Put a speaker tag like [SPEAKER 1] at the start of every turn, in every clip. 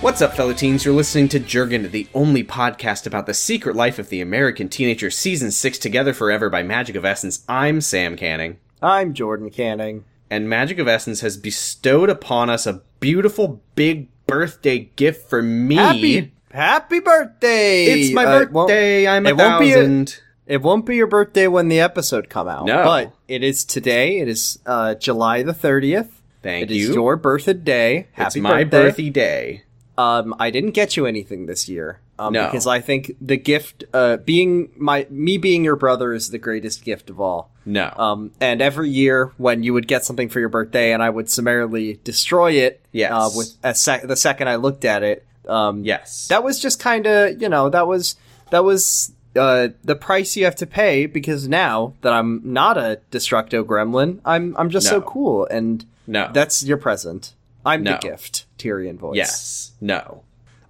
[SPEAKER 1] What's up, fellow teens? You're listening to Jurgen, the only podcast about the secret life of the American teenager, season six, Together Forever by Magic of Essence. I'm Sam Canning,
[SPEAKER 2] I'm Jordan Canning.
[SPEAKER 1] and Magic of Essence has bestowed upon us a beautiful big birthday gift for me.
[SPEAKER 2] Happy Happy birthday!
[SPEAKER 1] it's my
[SPEAKER 2] Uh, it won't-
[SPEAKER 1] birthday. I'm a
[SPEAKER 2] it won't be a-
[SPEAKER 1] thousand.
[SPEAKER 2] It won't be your birthday when the episode come out.
[SPEAKER 1] No.
[SPEAKER 2] but it is today. It is uh, July the thirtieth.
[SPEAKER 1] Thank
[SPEAKER 2] It is
[SPEAKER 1] you.
[SPEAKER 2] your birthday. Happy
[SPEAKER 1] it's my
[SPEAKER 2] birthday.
[SPEAKER 1] birthday day.
[SPEAKER 2] Um, I didn't get you anything this year. Um,
[SPEAKER 1] No.
[SPEAKER 2] because I think the gift, uh, being my me being your brother is the greatest gift of all.
[SPEAKER 1] No.
[SPEAKER 2] Um, and every year when you would get something for your birthday and I would summarily destroy it.
[SPEAKER 1] Yes.
[SPEAKER 2] Uh, with a sec- the second I looked at it. Um,
[SPEAKER 1] yes.
[SPEAKER 2] that was just kind of you know that was that was uh, the price you have to pay because now that I'm not a destructo gremlin, I'm I'm just so
[SPEAKER 1] No.
[SPEAKER 2] cool and
[SPEAKER 1] no.
[SPEAKER 2] that's your present. I'm
[SPEAKER 1] No.
[SPEAKER 2] the gift, Tyrion voice.
[SPEAKER 1] yes. No.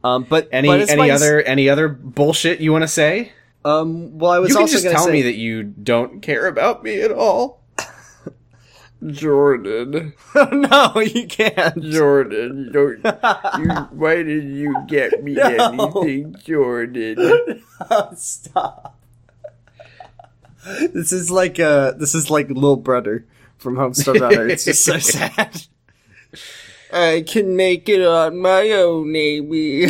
[SPEAKER 2] Um, but
[SPEAKER 1] Any
[SPEAKER 2] but it's
[SPEAKER 1] any
[SPEAKER 2] my-
[SPEAKER 1] other any other bullshit you want to say?
[SPEAKER 2] Um, well, I was
[SPEAKER 1] You can
[SPEAKER 2] also
[SPEAKER 1] just
[SPEAKER 2] gonna
[SPEAKER 1] tell
[SPEAKER 2] say,
[SPEAKER 1] me that you don't care about me at all. Jordan,
[SPEAKER 2] Oh, no, you can't.
[SPEAKER 1] Jordan, don't, you, why did you get me
[SPEAKER 2] No.
[SPEAKER 1] anything, Jordan?
[SPEAKER 2] Stop. This is like uh, this is like little brother from Homestar Runner. It's just so sad. I can make it on my own, maybe.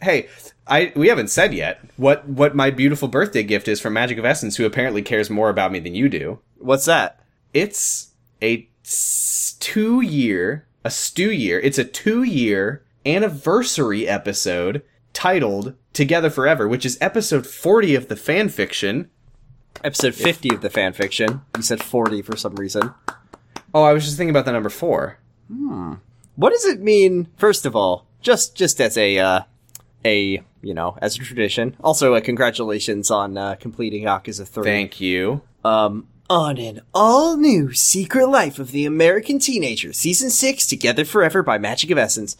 [SPEAKER 1] Hey, I we haven't said yet what what my beautiful birthday gift is from Magic of Essence, who apparently cares more about me than you do.
[SPEAKER 2] What's that?
[SPEAKER 1] It's a s- two year, a stew year. It's a two year anniversary episode titled "Together Forever," which is episode forty of the fan fiction.
[SPEAKER 2] Episode 50 of the fanfiction. You said 40 for some reason.
[SPEAKER 1] Oh, I was just thinking about the number four.
[SPEAKER 2] What does it mean, first of all, just just as a, uh, a you know, as a tradition. Also, uh, congratulations on uh, completing Yakuza 3.
[SPEAKER 1] Thank you.
[SPEAKER 2] Um, on an all-new Secret Life of the American Teenager, Season 6, Together Forever by Magic of Essence.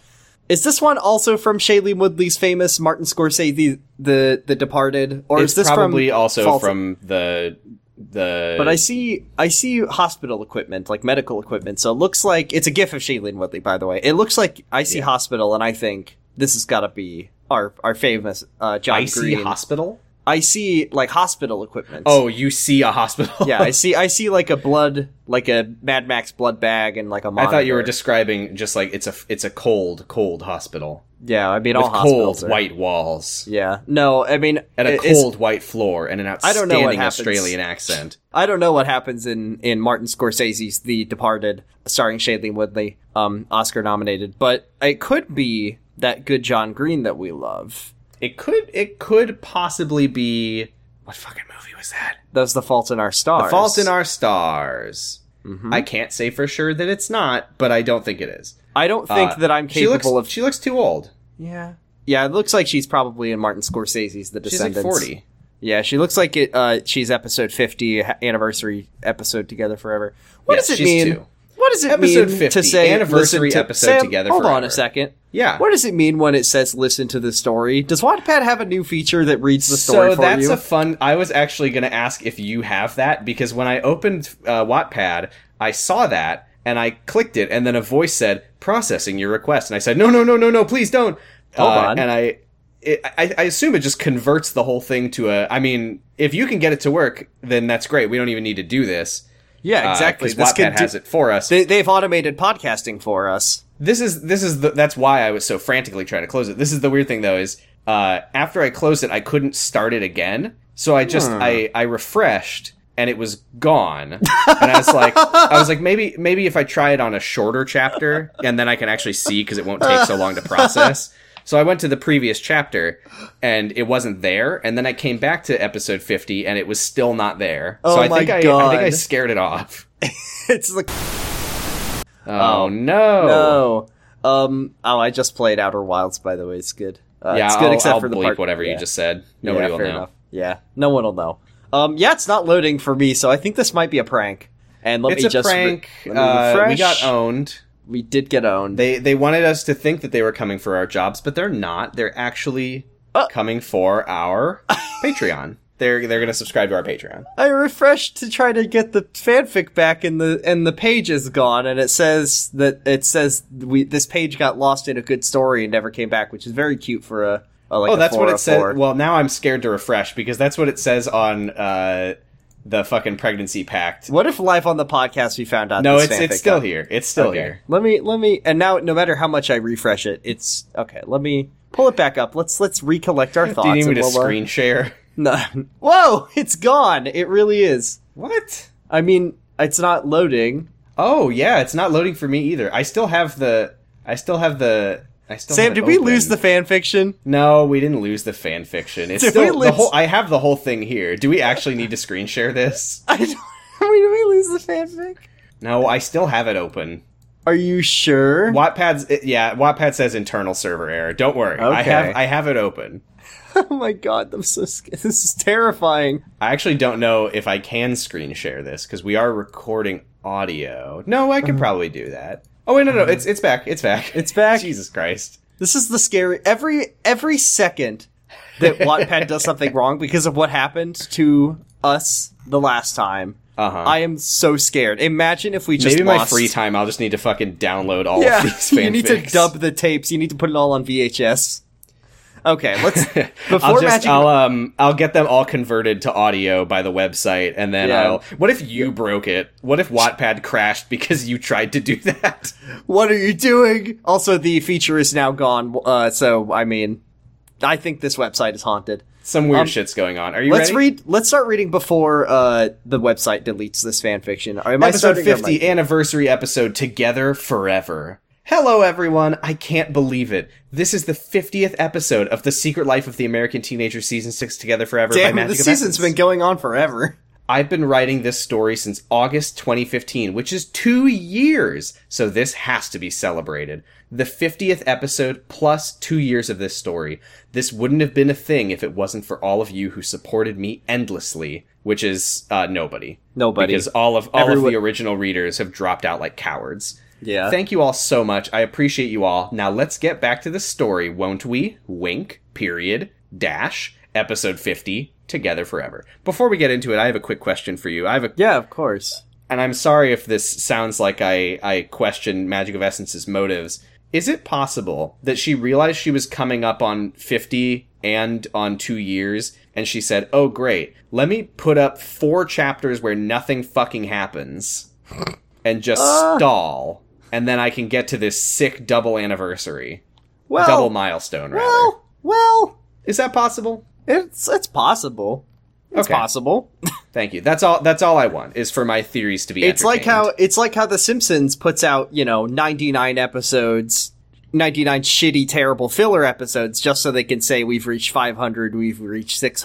[SPEAKER 2] Is this one also from Shailene Woodley's famous Martin Scorsese, The, The, the Departed? Or
[SPEAKER 1] It's
[SPEAKER 2] is this
[SPEAKER 1] probably
[SPEAKER 2] from
[SPEAKER 1] also
[SPEAKER 2] False-
[SPEAKER 1] from the the.
[SPEAKER 2] But I see, I see hospital equipment, like medical equipment. So it looks like it's a gif of Shailene Woodley, by the way. It looks like I see hospital, and I think this has got to be our our famous uh, John
[SPEAKER 1] icy
[SPEAKER 2] Green.
[SPEAKER 1] hospital.
[SPEAKER 2] I see like hospital equipment.
[SPEAKER 1] Oh, you see a hospital.
[SPEAKER 2] yeah, I see. I see like a blood, like a Mad Max blood bag, and like a.
[SPEAKER 1] I
[SPEAKER 2] Monitor.
[SPEAKER 1] thought you were describing just like it's a it's a cold cold hospital
[SPEAKER 2] Yeah, I mean all
[SPEAKER 1] with cold
[SPEAKER 2] hospitals. are-
[SPEAKER 1] white walls
[SPEAKER 2] Yeah, no, I mean
[SPEAKER 1] and a
[SPEAKER 2] it- it's-
[SPEAKER 1] cold white floor and
[SPEAKER 2] don't
[SPEAKER 1] an
[SPEAKER 2] know what
[SPEAKER 1] outstanding
[SPEAKER 2] happens.
[SPEAKER 1] Australian accent.
[SPEAKER 2] I don't know what happens in in Martin Scorsese's The Departed, starring Shailene Woodley, um, Oscar nominated, but it could be that good John Green that we love.
[SPEAKER 1] It could it could possibly be what fucking movie was that?
[SPEAKER 2] That was The Fault in Our Stars.
[SPEAKER 1] Fault in Our Stars.
[SPEAKER 2] Mm-hmm.
[SPEAKER 1] I can't say for sure that it's not, but I don't think it is.
[SPEAKER 2] I don't think
[SPEAKER 1] Uh,
[SPEAKER 2] that I'm
[SPEAKER 1] She looks
[SPEAKER 2] capable of.
[SPEAKER 1] she looks too old.
[SPEAKER 2] Yeah. Yeah, it looks like she's probably in Martin Scorsese's The
[SPEAKER 1] She's like
[SPEAKER 2] Descendants.
[SPEAKER 1] forty.
[SPEAKER 2] Yeah, she looks like it. Uh, she's episode fifty ha- anniversary episode together forever. What
[SPEAKER 1] Yes,
[SPEAKER 2] does it
[SPEAKER 1] she's
[SPEAKER 2] mean?
[SPEAKER 1] two.
[SPEAKER 2] What does it
[SPEAKER 1] Episode
[SPEAKER 2] mean
[SPEAKER 1] 50,
[SPEAKER 2] to say
[SPEAKER 1] anniversary
[SPEAKER 2] listen to-
[SPEAKER 1] episode
[SPEAKER 2] Sam,
[SPEAKER 1] together
[SPEAKER 2] Hold on
[SPEAKER 1] forever.
[SPEAKER 2] a second.
[SPEAKER 1] Yeah.
[SPEAKER 2] What does it mean when it says "listen to the story"? Does Wattpad have a new feature that reads the story
[SPEAKER 1] so
[SPEAKER 2] for
[SPEAKER 1] that's
[SPEAKER 2] you?
[SPEAKER 1] a fun i was actually going to ask if you have that because when i opened uh, wattpad i saw that and i clicked it and then a voice said processing your request and i said no no no no no please don't
[SPEAKER 2] Hold
[SPEAKER 1] Uh,
[SPEAKER 2] on.
[SPEAKER 1] and i it, I, I assume it just converts the whole thing to a. I mean, if you can get it to work, then that's great. We don't even need to do this.
[SPEAKER 2] yeah, exactly.
[SPEAKER 1] Because uh, Wattpad
[SPEAKER 2] do-
[SPEAKER 1] has it for us.
[SPEAKER 2] They, they've automated podcasting for us.
[SPEAKER 1] this is this is the, that's why I was so frantically trying to close it. This is the weird thing though is uh, after I closed it, I couldn't start it again. So I just
[SPEAKER 2] Hmm.
[SPEAKER 1] I I refreshed and it was gone. And I was like I was like maybe maybe if I try it on a shorter chapter and then I can actually see because it won't take so long to process. So I went to the previous chapter and it wasn't there. And then I came back to episode fifty and it was still not there. so
[SPEAKER 2] Oh
[SPEAKER 1] I
[SPEAKER 2] my
[SPEAKER 1] think I, I think I
[SPEAKER 2] God.
[SPEAKER 1] scared it off.
[SPEAKER 2] it's like
[SPEAKER 1] Oh, no.
[SPEAKER 2] no. Um. Oh, I just played Outer Wilds. By the way, it's good. Uh,
[SPEAKER 1] Yeah,
[SPEAKER 2] it's good
[SPEAKER 1] I'll,
[SPEAKER 2] except
[SPEAKER 1] I'll
[SPEAKER 2] for the
[SPEAKER 1] bleep
[SPEAKER 2] part.
[SPEAKER 1] whatever
[SPEAKER 2] yeah.
[SPEAKER 1] you just said. Nobody
[SPEAKER 2] yeah,
[SPEAKER 1] will
[SPEAKER 2] fair
[SPEAKER 1] know.
[SPEAKER 2] Enough. Yeah, no one will know. Um, yeah, it's not loading for me, so I think this might be a prank. And let
[SPEAKER 1] It's
[SPEAKER 2] me
[SPEAKER 1] a
[SPEAKER 2] just re-
[SPEAKER 1] prank.
[SPEAKER 2] let me
[SPEAKER 1] uh, we
[SPEAKER 2] refresh.
[SPEAKER 1] got owned.
[SPEAKER 2] We did get owned.
[SPEAKER 1] They they wanted us to think that they were coming for our jobs, but they're not. They're actually
[SPEAKER 2] Uh.
[SPEAKER 1] coming for our Patreon. they're they're gonna subscribe to our Patreon.
[SPEAKER 2] I refreshed to try to get the fanfic back, and the and the page is gone, and it says that it says we this page got lost in a good story and never came back, which is very cute for a. a like
[SPEAKER 1] oh,
[SPEAKER 2] a
[SPEAKER 1] that's what it says.
[SPEAKER 2] 404.
[SPEAKER 1] Well, now I'm scared to refresh because that's what it says on uh, the fucking pregnancy pact.
[SPEAKER 2] What if live on the podcast we found out?
[SPEAKER 1] No,
[SPEAKER 2] this
[SPEAKER 1] it's
[SPEAKER 2] fanfic
[SPEAKER 1] it's still
[SPEAKER 2] got-
[SPEAKER 1] here. It's still
[SPEAKER 2] Okay.
[SPEAKER 1] here.
[SPEAKER 2] Let me let me and now no matter how much I refresh it, it's okay. Let me pull it back up. Let's let's recollect our thoughts.
[SPEAKER 1] Do you need me
[SPEAKER 2] and
[SPEAKER 1] to
[SPEAKER 2] we'll, uh,
[SPEAKER 1] screen share?
[SPEAKER 2] No. Whoa! It's gone. It really is.
[SPEAKER 1] What?
[SPEAKER 2] I mean, it's not loading.
[SPEAKER 1] Oh yeah, it's not loading for me either. I still have the. I still have the. I still
[SPEAKER 2] Sam,
[SPEAKER 1] have it
[SPEAKER 2] did we
[SPEAKER 1] open.
[SPEAKER 2] lose the fan fiction?
[SPEAKER 1] No, we didn't lose the fan fiction. It's
[SPEAKER 2] Did
[SPEAKER 1] still
[SPEAKER 2] we
[SPEAKER 1] the
[SPEAKER 2] lose-
[SPEAKER 1] whole. I have the whole thing here. Do we actually need to screen share this?
[SPEAKER 2] I don't, Wait, did we lose the fanfic?
[SPEAKER 1] No, I still have it open.
[SPEAKER 2] Are you sure?
[SPEAKER 1] Wattpad's it- yeah. Wattpad says internal server error. Don't worry, I
[SPEAKER 2] Okay.
[SPEAKER 1] have I have it open.
[SPEAKER 2] Oh my god, I'm so scared. This is terrifying.
[SPEAKER 1] I actually don't know if I can screen share this because we are recording audio. No, I could probably do that. Oh wait, no, no, it's it's back, it's back,
[SPEAKER 2] Uh-huh. It's back.
[SPEAKER 1] Jesus Christ!
[SPEAKER 2] This is the scary every every second that Wattpad does something wrong because of what happened to us the last time.
[SPEAKER 1] Uh huh.
[SPEAKER 2] I am so scared. Imagine if we just
[SPEAKER 1] Maybe my
[SPEAKER 2] lost-
[SPEAKER 1] free time, I'll just need to fucking download all
[SPEAKER 2] Yeah,
[SPEAKER 1] of these.
[SPEAKER 2] you need to
[SPEAKER 1] fanfics.
[SPEAKER 2] dub the tapes. You need to put it all on VHS. Okay, let's before
[SPEAKER 1] I'll just
[SPEAKER 2] Magic.
[SPEAKER 1] I'll um I'll get them all converted to audio by the website, and then
[SPEAKER 2] Yeah.
[SPEAKER 1] I'll. What if you broke it? What if Wattpad crashed because you tried to do that?
[SPEAKER 2] what are you doing? Also, the feature is now gone. Uh, so I mean, I think this website is haunted.
[SPEAKER 1] Some weird
[SPEAKER 2] Um,
[SPEAKER 1] shit's going on. Are you
[SPEAKER 2] Let's
[SPEAKER 1] ready?
[SPEAKER 2] read. Let's start reading before uh, the website deletes this fan fiction. Am I
[SPEAKER 1] episode
[SPEAKER 2] starting or am I-
[SPEAKER 1] 50 anniversary episode together forever hello everyone i can't believe it this is the 50th episode of the secret life of the american teenager season 6 together forever by
[SPEAKER 2] Damn,
[SPEAKER 1] magic
[SPEAKER 2] the
[SPEAKER 1] of
[SPEAKER 2] season's
[SPEAKER 1] Essence.
[SPEAKER 2] been going on forever.
[SPEAKER 1] i've been writing this story since august 2015 which is two years so this has to be celebrated the 50th episode plus two years of this story this wouldn't have been a thing if it wasn't for all of you who supported me endlessly which is uh, nobody
[SPEAKER 2] Nobody.
[SPEAKER 1] because all of all of
[SPEAKER 2] Everyone-
[SPEAKER 1] the original readers have dropped out like cowards.
[SPEAKER 2] Yeah.
[SPEAKER 1] Thank you all so much. I appreciate you all. Now let's get back to the story, won't we? Wink. Period. Dash. Episode 50 together forever. Before we get into it, I have a quick question for you. I have a
[SPEAKER 2] yeah, of course.
[SPEAKER 1] and I'm sorry if this sounds like I I question Magic of Essence's motives. Is it possible that she realized she was coming up on 50 and on 2 years and she said, "Oh great, let me put up four chapters where nothing fucking happens and just
[SPEAKER 2] Ah.
[SPEAKER 1] stall and then I can get to this sick double anniversary,
[SPEAKER 2] Well,
[SPEAKER 1] double milestone rather."
[SPEAKER 2] well, well,
[SPEAKER 1] Is that possible?
[SPEAKER 2] it's it's possible. It's
[SPEAKER 1] Okay.
[SPEAKER 2] possible.
[SPEAKER 1] Thank you. That's all that's all I want is for my theories to be
[SPEAKER 2] It's like
[SPEAKER 1] entertained.
[SPEAKER 2] how it's like how The Simpsons puts out you know ninety nine episodes, ninety nine shitty, terrible filler episodes, just so they can say we've reached five hundred, we've reached six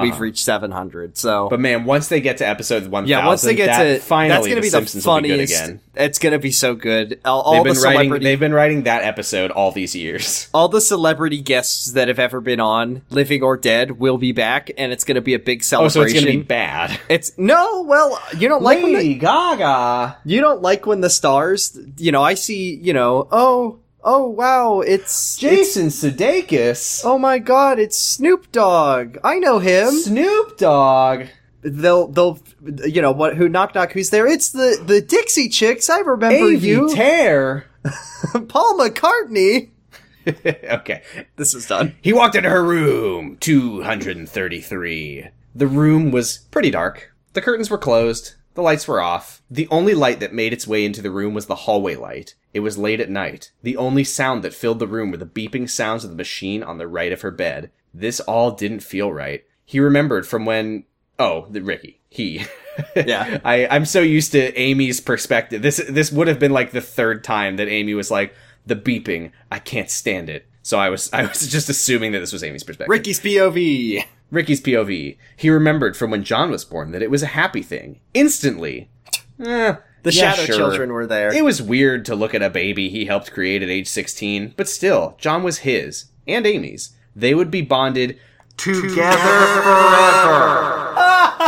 [SPEAKER 2] we've reached seven hundred. So
[SPEAKER 1] Uh-huh. But man, once they get to episode one,
[SPEAKER 2] yeah, once they get to
[SPEAKER 1] finally,
[SPEAKER 2] that's gonna
[SPEAKER 1] the
[SPEAKER 2] be
[SPEAKER 1] Simpsons
[SPEAKER 2] the
[SPEAKER 1] will be good
[SPEAKER 2] funniest.
[SPEAKER 1] again.
[SPEAKER 2] It's gonna be so good. All, all
[SPEAKER 1] They've
[SPEAKER 2] the
[SPEAKER 1] been
[SPEAKER 2] celebrity,
[SPEAKER 1] writing. They've been writing that episode all these years.
[SPEAKER 2] all the celebrity guests that have ever been on, living or dead, will be back, and it's gonna be a big
[SPEAKER 1] Oh,
[SPEAKER 2] celebration.
[SPEAKER 1] so it's gonna be bad.
[SPEAKER 2] It's- no, well, you don't like when they-
[SPEAKER 1] Gaga.
[SPEAKER 2] You don't like when the stars, you know, I see, you know, oh, oh wow, it's it's-
[SPEAKER 1] Sudeikis.
[SPEAKER 2] oh my god, it's Snoop Dogg. I know him.
[SPEAKER 1] Snoop Dogg.
[SPEAKER 2] They'll they'll you know, what who knock knock who's there? It's the the Dixie Chicks. I remember you.
[SPEAKER 1] Tear.
[SPEAKER 2] Paul McCartney.
[SPEAKER 1] okay.
[SPEAKER 2] This is done.
[SPEAKER 1] He walked into her room. Two hundred and thirty-three. The room was pretty dark. The curtains were closed. The lights were off. The only light that made its way into the room was the hallway light. It was late at night. The only sound that filled the room were the beeping sounds of the machine on the right of her bed. This all didn't feel right. He remembered from when. Oh, the Ricky. He.
[SPEAKER 2] Yeah.
[SPEAKER 1] I, I'm so used to Amy's perspective. This this would have been like the third time that Amy was like, the beeping, I can't stand it. So I was I was just assuming that this was Amy's perspective.
[SPEAKER 2] Ricky's POV.
[SPEAKER 1] Ricky's POV. He remembered from when John was born that it was a happy thing. Instantly. Eh,
[SPEAKER 2] The
[SPEAKER 1] yeah,
[SPEAKER 2] Shadow
[SPEAKER 1] sure.
[SPEAKER 2] Children were there.
[SPEAKER 1] It was weird to look at a baby he helped create at age 16, but still, John was his and Amy's. They would be bonded together forever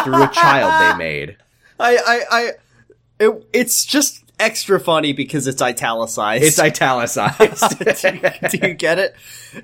[SPEAKER 1] through a child they made.
[SPEAKER 2] I I I it, it's just extra funny because it's italicized.
[SPEAKER 1] It's italicized.
[SPEAKER 2] do, you, do you get it?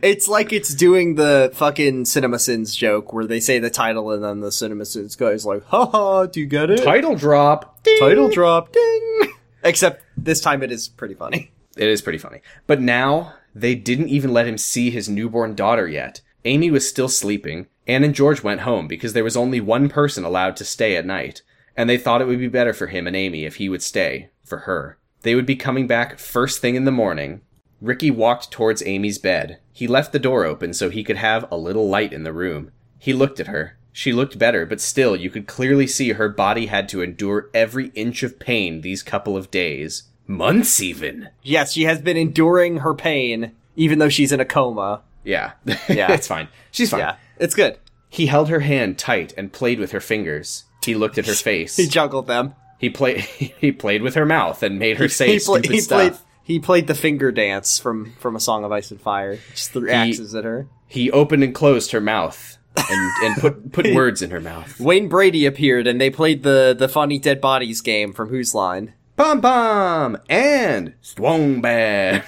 [SPEAKER 2] It's like it's doing the fucking CinemaSins joke where they say the title and then the CinemaSins guy's like, haha, do you get it?
[SPEAKER 1] Title drop. Ding.
[SPEAKER 2] title drop, ding! Except this time it is pretty funny.
[SPEAKER 1] It is pretty funny. But now they didn't even let him see his newborn daughter yet. Amy was still sleeping. Anne and George went home because there was only one person allowed to stay at night, and they thought it would be better for him and Amy if he would stay for her. They would be coming back first thing in the morning. Ricky walked towards Amy's bed. He left the door open so he could have a little light in the room. He looked at her. She looked better, but still you could clearly see her body had to endure every inch of pain these couple of days. Months even.
[SPEAKER 2] Yes, she has been enduring her pain, even though she's in a coma.
[SPEAKER 1] Yeah.
[SPEAKER 2] Yeah.
[SPEAKER 1] it's fine. She's fine.
[SPEAKER 2] Yeah, it's good.
[SPEAKER 1] He held her hand tight and played with her fingers. He looked at her face.
[SPEAKER 2] He juggled them.
[SPEAKER 1] He played. He played with her mouth and made her say
[SPEAKER 2] he, pla-
[SPEAKER 1] stupid
[SPEAKER 2] he
[SPEAKER 1] stuff.
[SPEAKER 2] played he played the finger dance from from a song of ice and fire just threw axes at her
[SPEAKER 1] He opened and closed her mouth and and put put words in her mouth.
[SPEAKER 2] wayne brady appeared and they played the the funny dead bodies game from whose line
[SPEAKER 1] Pom pom and Swangbad.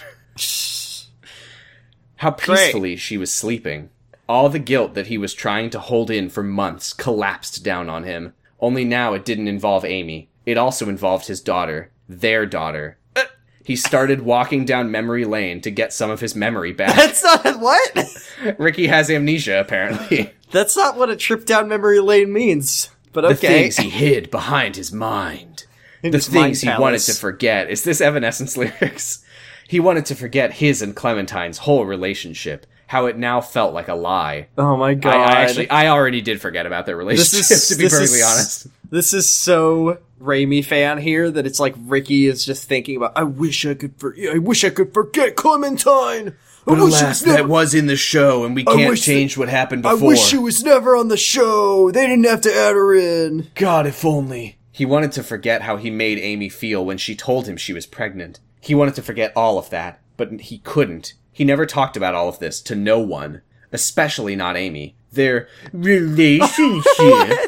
[SPEAKER 1] How peacefully she was sleeping. All the guilt that he was trying to hold in for months collapsed down on him. Only now it didn't involve Amy. It also involved his daughter, their daughter. Uh, He started walking down memory lane to get some of his memory back.
[SPEAKER 2] that's not what
[SPEAKER 1] Ricky has amnesia, apparently.
[SPEAKER 2] that's not what a trip down memory lane means but
[SPEAKER 1] The
[SPEAKER 2] okay
[SPEAKER 1] things he hid behind his mind. the
[SPEAKER 2] his mind
[SPEAKER 1] things he wanted
[SPEAKER 2] palace.
[SPEAKER 1] to forget. Is this Evanescence lyrics? He wanted to forget his and Clementine's whole relationship. How it now felt like a lie.
[SPEAKER 2] oh my god
[SPEAKER 1] I, I actually, I already did forget about their relationship. to be
[SPEAKER 2] this
[SPEAKER 1] perfectly
[SPEAKER 2] is-
[SPEAKER 1] honest,
[SPEAKER 2] This is so Raimi fan here that it's like Ricky is just thinking about. I wish I could. For- I wish I could forget Clementine. I wish I could never-
[SPEAKER 1] was in the show, and we
[SPEAKER 2] wish that-
[SPEAKER 1] what happened
[SPEAKER 2] I wish she was never on the show. They didn't have to add her in.
[SPEAKER 1] God, if only. He wanted to forget how he made Amy feel when she told him she was pregnant. He wanted to forget all of that, but he couldn't. He never talked about all of this to no one, especially not Amy. Their relationship.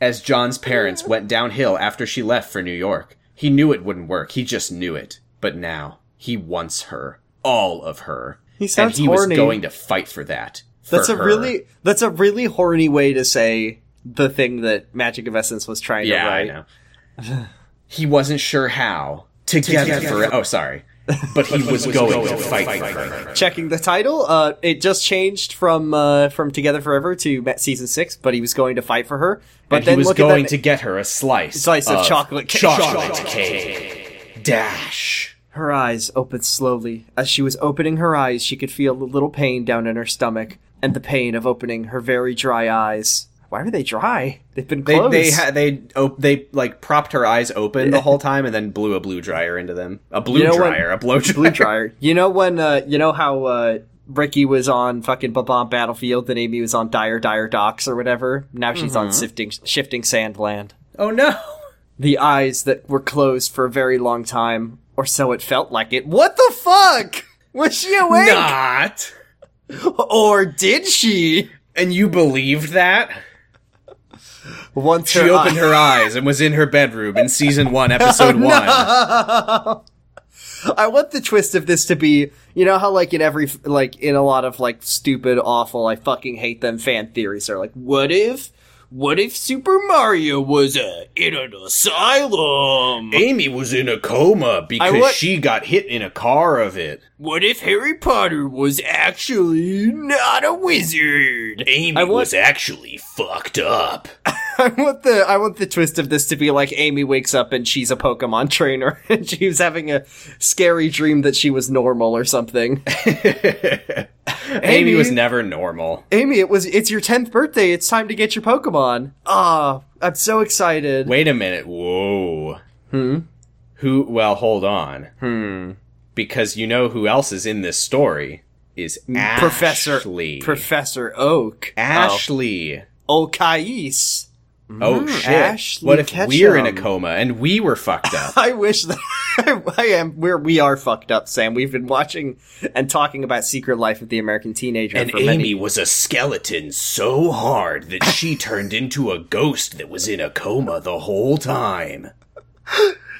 [SPEAKER 1] as John's parents went downhill after she left for New York. He knew it wouldn't work. He just knew it. But now he wants her, all of her. He
[SPEAKER 2] sounds
[SPEAKER 1] and he
[SPEAKER 2] horny.
[SPEAKER 1] was going to fight for that. for
[SPEAKER 2] That's a
[SPEAKER 1] her.
[SPEAKER 2] really that's a really horny way to say the thing that Magic of Essence was trying
[SPEAKER 1] Yeah,
[SPEAKER 2] to
[SPEAKER 1] I
[SPEAKER 2] write.
[SPEAKER 1] know. he wasn't sure how together, for oh sorry, but he was going to fight for her.
[SPEAKER 2] Checking the title, uh, it just changed from uh, from Together Forever to Ma- season six, but he was going to fight for her. But
[SPEAKER 1] And
[SPEAKER 2] then
[SPEAKER 1] he was
[SPEAKER 2] look
[SPEAKER 1] going
[SPEAKER 2] at that,
[SPEAKER 1] to get her a slice,
[SPEAKER 2] Slice of chocolate cake.
[SPEAKER 1] chocolate cake. Dash.
[SPEAKER 2] Her eyes opened slowly. As she was opening her eyes, she could feel the little pain down in her stomach, and the pain of opening her very dry eyes. Why were they dry? They've been
[SPEAKER 1] They
[SPEAKER 2] closed.
[SPEAKER 1] they ha- they op- they like propped her eyes open the whole time and then blew a blue dryer into them. A blue
[SPEAKER 2] You know what-
[SPEAKER 1] dryer, a blow dryer.
[SPEAKER 2] blue dryer. You know when uh you know how uh Ricky was on fucking Babam Battlefield and Amy was on Dire Dire Docks or whatever. Now she's
[SPEAKER 1] Mm-hmm.
[SPEAKER 2] on shifting shifting Sandland.
[SPEAKER 1] Oh no.
[SPEAKER 2] The eyes that were closed for a very long time, or so it felt like it. What the fuck? Was she awake?
[SPEAKER 1] Not.
[SPEAKER 2] Or did she?
[SPEAKER 1] And you believed that?
[SPEAKER 2] Once
[SPEAKER 1] She opened her eyes and was in her bedroom in season one, episode one.
[SPEAKER 2] I want the twist of this to be, you know how like in every like in a lot of like stupid, awful, I fucking hate them fan theories are like, what if, what if Super Mario was uh, in an asylum?
[SPEAKER 1] Amy was in a coma because
[SPEAKER 2] wa-
[SPEAKER 1] she got hit in a car of it.
[SPEAKER 2] What if Harry Potter was actually not a wizard?
[SPEAKER 1] Amy
[SPEAKER 2] wa-
[SPEAKER 1] was actually fucked up.
[SPEAKER 2] I want the I want the twist of this to be like Amy wakes up and she's a Pokemon trainer and she was having a scary dream that she was normal or something.
[SPEAKER 1] Amy was never normal.
[SPEAKER 2] Amy, it was it's your tenth birthday. It's time to get your Pokemon. Ah, I'm so excited.
[SPEAKER 1] Wait a minute. Whoa. Hmm? Who? Well, hold on. Hmm. Because you know who else is in this story is
[SPEAKER 2] Professor
[SPEAKER 1] Ashley.
[SPEAKER 2] Professor Oak.
[SPEAKER 1] Ashley.
[SPEAKER 2] Oh, Okais.
[SPEAKER 1] Oh shit!
[SPEAKER 2] Ashley
[SPEAKER 1] what if we're in a
[SPEAKER 2] Ketchum.
[SPEAKER 1] coma and we were fucked up?
[SPEAKER 2] I wish that I am we're we are fucked up, Sam. We've been watching and talking about Secret Life of the American Teenager
[SPEAKER 1] And
[SPEAKER 2] for
[SPEAKER 1] Amy
[SPEAKER 2] many
[SPEAKER 1] was a skeleton so hard that she turned into a ghost that was in a coma the whole time.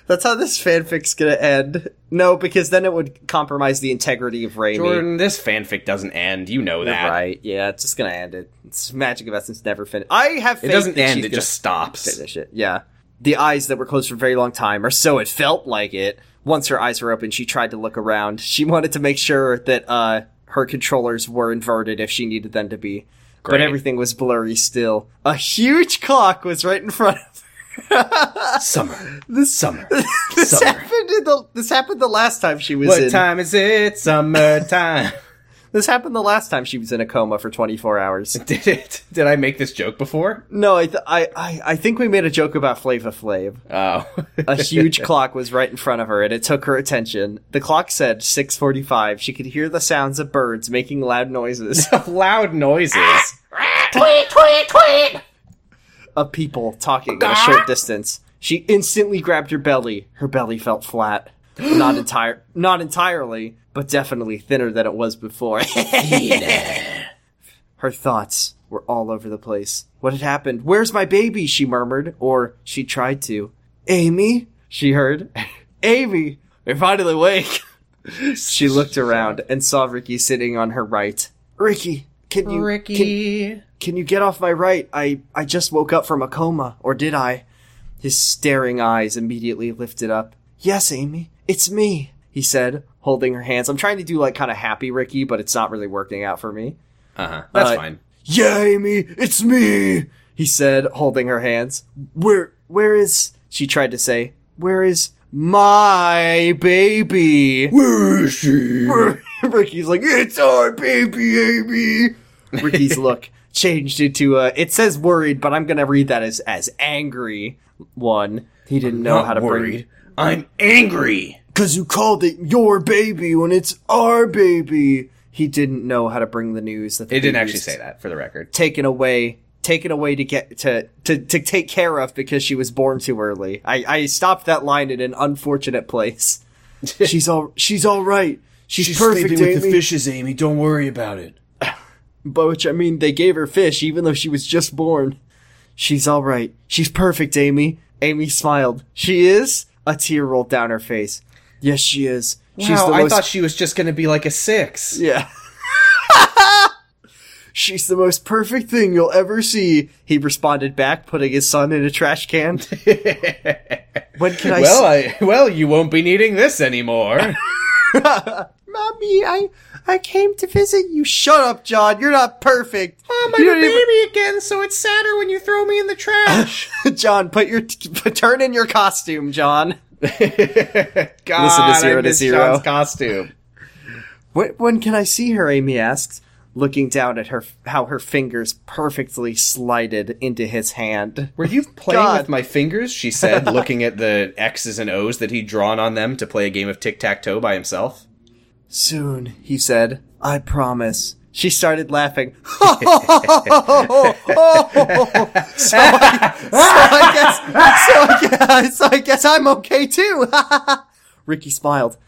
[SPEAKER 2] That's how this fanfic's gonna end. No, because then it would compromise the integrity of Raimi.
[SPEAKER 1] Jordan, this fanfic doesn't end. You know
[SPEAKER 2] You're
[SPEAKER 1] that.
[SPEAKER 2] right. Yeah, it's just gonna end it. It's Magic of Essence never finished. I have
[SPEAKER 1] It
[SPEAKER 2] faith
[SPEAKER 1] doesn't
[SPEAKER 2] that
[SPEAKER 1] end,
[SPEAKER 2] she's
[SPEAKER 1] it
[SPEAKER 2] gonna
[SPEAKER 1] just stops.
[SPEAKER 2] finish it. Yeah. The eyes that were closed for a very long time, or so it felt like it. Once her eyes were open, she tried to look around. She wanted to make sure that uh, her controllers were inverted if she needed them to be. But
[SPEAKER 1] Great.
[SPEAKER 2] everything was blurry still. A huge clock was right in front of her.
[SPEAKER 1] Summer.
[SPEAKER 2] this
[SPEAKER 1] Summer.
[SPEAKER 2] this
[SPEAKER 1] summer.
[SPEAKER 2] happened in the this happened the last time she was in
[SPEAKER 1] What time is it? Summertime.
[SPEAKER 2] this happened the last time she was in a coma for 24 hours.
[SPEAKER 1] Did it? Did I make this joke before?
[SPEAKER 2] No, I th- I, I I think we made a joke about Flava Flav.
[SPEAKER 1] Oh.
[SPEAKER 2] A huge clock was right in front of her, and it took her attention. The clock said 6:45. She could hear the sounds of birds making loud noises,
[SPEAKER 1] of loud noises.
[SPEAKER 2] Ah.
[SPEAKER 3] tweet, tweet, tweet.
[SPEAKER 2] of people talking at a short distance. She instantly grabbed her belly. Her belly felt flat, not entire, not entirely, but definitely thinner than it was before. Her thoughts were all over the place. What had happened? Where's my baby? She murmured, or she tried to. Amy? She heard. Amy! They're finally awake! she looked around and saw Ricky sitting on her right. Ricky, can you Can,
[SPEAKER 1] Ricky.
[SPEAKER 2] can you get off my right? I I just woke up from a coma, or did I? His staring eyes immediately lifted up. Yes, Amy, it's me, he said, holding her hands. I'm trying to do like kind of happy Ricky, but it's not really working out for me.
[SPEAKER 1] Uh huh. That's
[SPEAKER 2] Uh,
[SPEAKER 1] fine.
[SPEAKER 2] Yeah, Amy, it's me, he said, holding her hands. Where, where is, she tried to say, where is my baby?
[SPEAKER 1] Where is she?
[SPEAKER 2] Ricky's like, it's our baby, Amy. Ricky's look changed into a, it says worried, but I'm gonna read that as, as angry one. He didn't know how to bring
[SPEAKER 1] worried. I'm angry.
[SPEAKER 2] Cause you called it your baby when it's our baby. He didn't know how to bring the news that the
[SPEAKER 1] It didn't
[SPEAKER 2] baby
[SPEAKER 1] actually
[SPEAKER 2] was-
[SPEAKER 1] say that, for the record.
[SPEAKER 2] taken away taken away to get to, to to take care of because she was born too early. I, I stopped that line in an unfortunate place. she's all she's all right. She's, perfect, Amy.
[SPEAKER 1] fishes, Amy. Don't worry about it.
[SPEAKER 2] But which I mean, they gave her fish even though she was just born. She's all right. She's perfect, Amy. Amy smiled. She is. A tear rolled down her face. Yes, she is. she's
[SPEAKER 1] wow,
[SPEAKER 2] the
[SPEAKER 1] I
[SPEAKER 2] most
[SPEAKER 1] thought she was just going to be like a six.
[SPEAKER 2] Yeah. She's the most perfect thing you'll ever see, he responded back, putting his son in a trash can. when can I
[SPEAKER 1] well,
[SPEAKER 2] see-
[SPEAKER 1] I, Ah, well, you won't be needing this anymore.
[SPEAKER 2] Mommy, I I came to visit you. Shut up, John. You're not perfect.
[SPEAKER 1] I'm
[SPEAKER 2] You don't even-
[SPEAKER 1] again, so it's sadder when you throw me in the trash.
[SPEAKER 2] John, put your put, turn in your costume, John.
[SPEAKER 1] God,
[SPEAKER 2] Zero
[SPEAKER 1] I
[SPEAKER 2] to
[SPEAKER 1] miss
[SPEAKER 2] Zero.
[SPEAKER 1] Sean's costume.
[SPEAKER 2] When, when can I see her? Amy asked, looking down at her how her fingers perfectly slided into his hand.
[SPEAKER 1] Were you playing
[SPEAKER 2] God.
[SPEAKER 1] with my fingers? She said, looking at the X's and O's that he'd drawn on them to play a game of tic tac toe by himself.
[SPEAKER 2] Soon, he said. I promise. She started laughing. so, I, so, I guess, so, I guess, so I guess I'm okay too. Ricky smiled.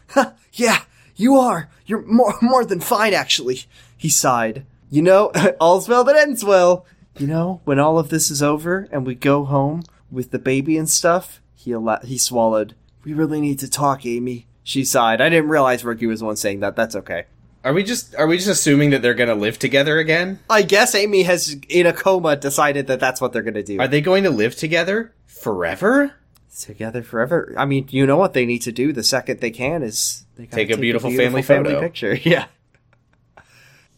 [SPEAKER 2] yeah, you are. You're more more than fine, actually. He sighed. You know, all's well that ends well. You know, when all of this is over and we go home with the baby and stuff, he al- he swallowed. We really need to talk, Amy. She sighed. I didn't realize Ricky was the one saying that. That's okay.
[SPEAKER 1] Are we just are we just assuming that they're gonna live together again?
[SPEAKER 2] I guess Amy has, in a coma, decided that that's what they're gonna do.
[SPEAKER 1] Are they going to live together forever?
[SPEAKER 2] together forever. I mean, you know what they need to do the second they can is they gotta
[SPEAKER 1] Take a beautiful family photo.
[SPEAKER 2] picture. Yeah,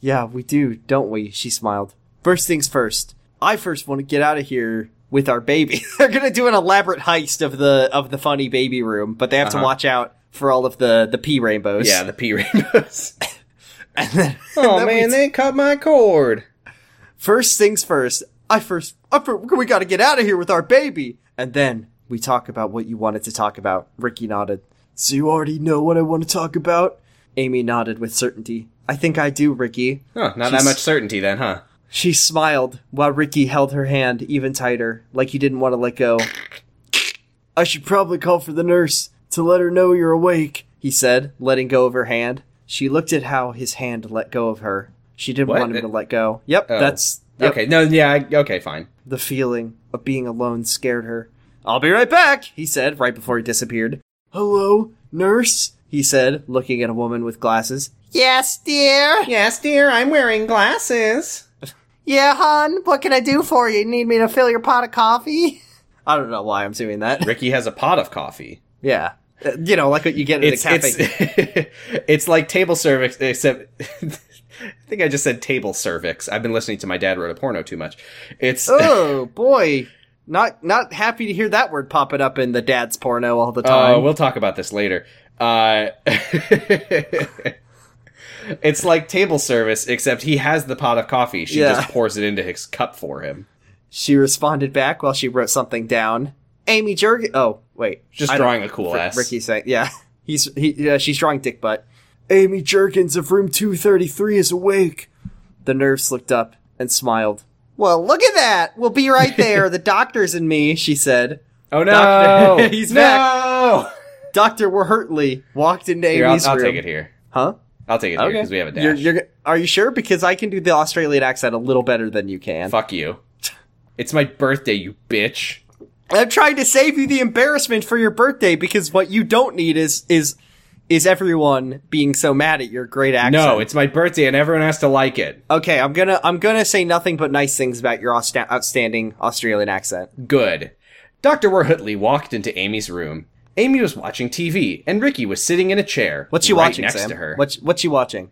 [SPEAKER 2] yeah, we do, don't we? She smiled. First things first. I first want to get out of here with our baby. They're gonna do an elaborate heist of the of the funny baby room, but they have to
[SPEAKER 1] Uh-huh.
[SPEAKER 2] watch out for all of the the pea rainbows.
[SPEAKER 1] Yeah, the P rainbows.
[SPEAKER 2] and then
[SPEAKER 1] oh
[SPEAKER 2] that
[SPEAKER 1] man,
[SPEAKER 2] means-
[SPEAKER 1] they cut my cord.
[SPEAKER 2] First things first. I first, I fir- we gotta get out of here with our baby. And then we talk about what you wanted to talk about. Ricky nodded. So you already know what I want to talk about? Amy nodded with certainty. I think I do, Ricky.
[SPEAKER 1] Huh, not
[SPEAKER 2] She's-
[SPEAKER 1] that much certainty then, huh?
[SPEAKER 2] She smiled while Ricky held her hand even tighter, like he didn't want to let go. I should probably call for the nurse to let her know you're awake, he said, letting go of her hand. She looked at how his hand let go of her. She didn't
[SPEAKER 1] What?
[SPEAKER 2] want him to let go. Yep,
[SPEAKER 1] Oh.
[SPEAKER 2] that's yep.
[SPEAKER 1] Okay, no, yeah, I, okay, fine.
[SPEAKER 2] The feeling of being alone scared her. I'll be right back, he said right before he disappeared. Hello, nurse, he said, looking at a woman with glasses. Yes, dear.
[SPEAKER 1] Yes, dear, I'm wearing glasses.
[SPEAKER 2] Yeah, hon, what can I do for you? Need me to fill your pot of coffee? I don't know why I'm doing that.
[SPEAKER 1] Ricky has a pot of coffee.
[SPEAKER 2] yeah. Uh, You know, like what you get at
[SPEAKER 1] It's
[SPEAKER 2] a cafe.
[SPEAKER 1] it's, it's like table cervix, except I think I just said table cervix. I've been listening to my dad wrote a porno too much. It's
[SPEAKER 2] oh boy not not happy to hear that word popping up in the dad's porno all the time
[SPEAKER 1] Uh, we'll talk about this later. Uh, it's like table service, except he has the pot of coffee. She
[SPEAKER 2] Yeah.
[SPEAKER 1] just pours it into his cup for him.
[SPEAKER 2] she responded back while she wrote something down amy jurgen oh wait
[SPEAKER 1] Just
[SPEAKER 2] I don't-
[SPEAKER 1] drawing a cool
[SPEAKER 2] Rick-
[SPEAKER 1] ass.
[SPEAKER 2] ricky's saying yeah he's he yeah, she's drawing dick butt amy jurgens of room 233 is awake the nurse looked up and smiled well look at that we'll be right there the doctor's and me she said
[SPEAKER 1] Oh
[SPEAKER 2] Doctor-
[SPEAKER 1] no!
[SPEAKER 2] He's
[SPEAKER 1] no!
[SPEAKER 2] dr werhertley walked into
[SPEAKER 1] Here,
[SPEAKER 2] amy's
[SPEAKER 1] I'll, I'll
[SPEAKER 2] room
[SPEAKER 1] take it here.
[SPEAKER 2] huh
[SPEAKER 1] I'll take it here because we have a dash.
[SPEAKER 2] You're, you're, g- are you sure? Because I can do the Australian accent a little better than you can.
[SPEAKER 1] Fuck you. It's my birthday, you bitch.
[SPEAKER 2] I'm trying to save you the embarrassment for your birthday because what you don't need is is is everyone being so mad at your great accent.
[SPEAKER 1] No, it's my birthday, and everyone has to like it.
[SPEAKER 2] okay. I'm gonna I'm gonna say nothing but nice things about your aust- outstanding Australian accent.
[SPEAKER 1] Good. Dr. Warhutley walked into Amy's room. Amy was watching TV, and Ricky was sitting in a chair.
[SPEAKER 2] What's you
[SPEAKER 1] right
[SPEAKER 2] watching,
[SPEAKER 1] next
[SPEAKER 2] Sam?
[SPEAKER 1] to her?
[SPEAKER 2] What's what's you watching?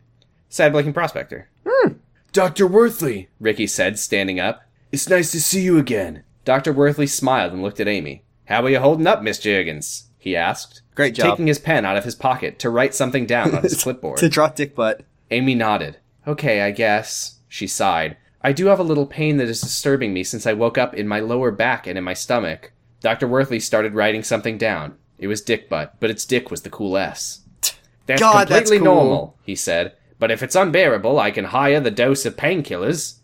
[SPEAKER 1] Sad Blinking Prospector.
[SPEAKER 2] Hmm.
[SPEAKER 1] Dr. Worthley, Ricky said, standing up. It's nice to see you again. Dr. Worthley smiled and looked at Amy. How are you holding up, Miss Jurgens? he asked.
[SPEAKER 2] Great job.
[SPEAKER 1] Taking his pen out of his pocket to write something down on his clipboard.
[SPEAKER 2] To draw dick butt.
[SPEAKER 1] Amy nodded. Okay, I guess. She sighed. I do have a little pain that is disturbing me since I woke up in my lower back and in my stomach. Dr. Worthley started writing something down. It was dick butt, but its dick was the cool S. That's
[SPEAKER 2] God, that's
[SPEAKER 1] completely
[SPEAKER 2] cool.
[SPEAKER 1] normal, he said. But if it's unbearable, I can hire the dose of painkillers.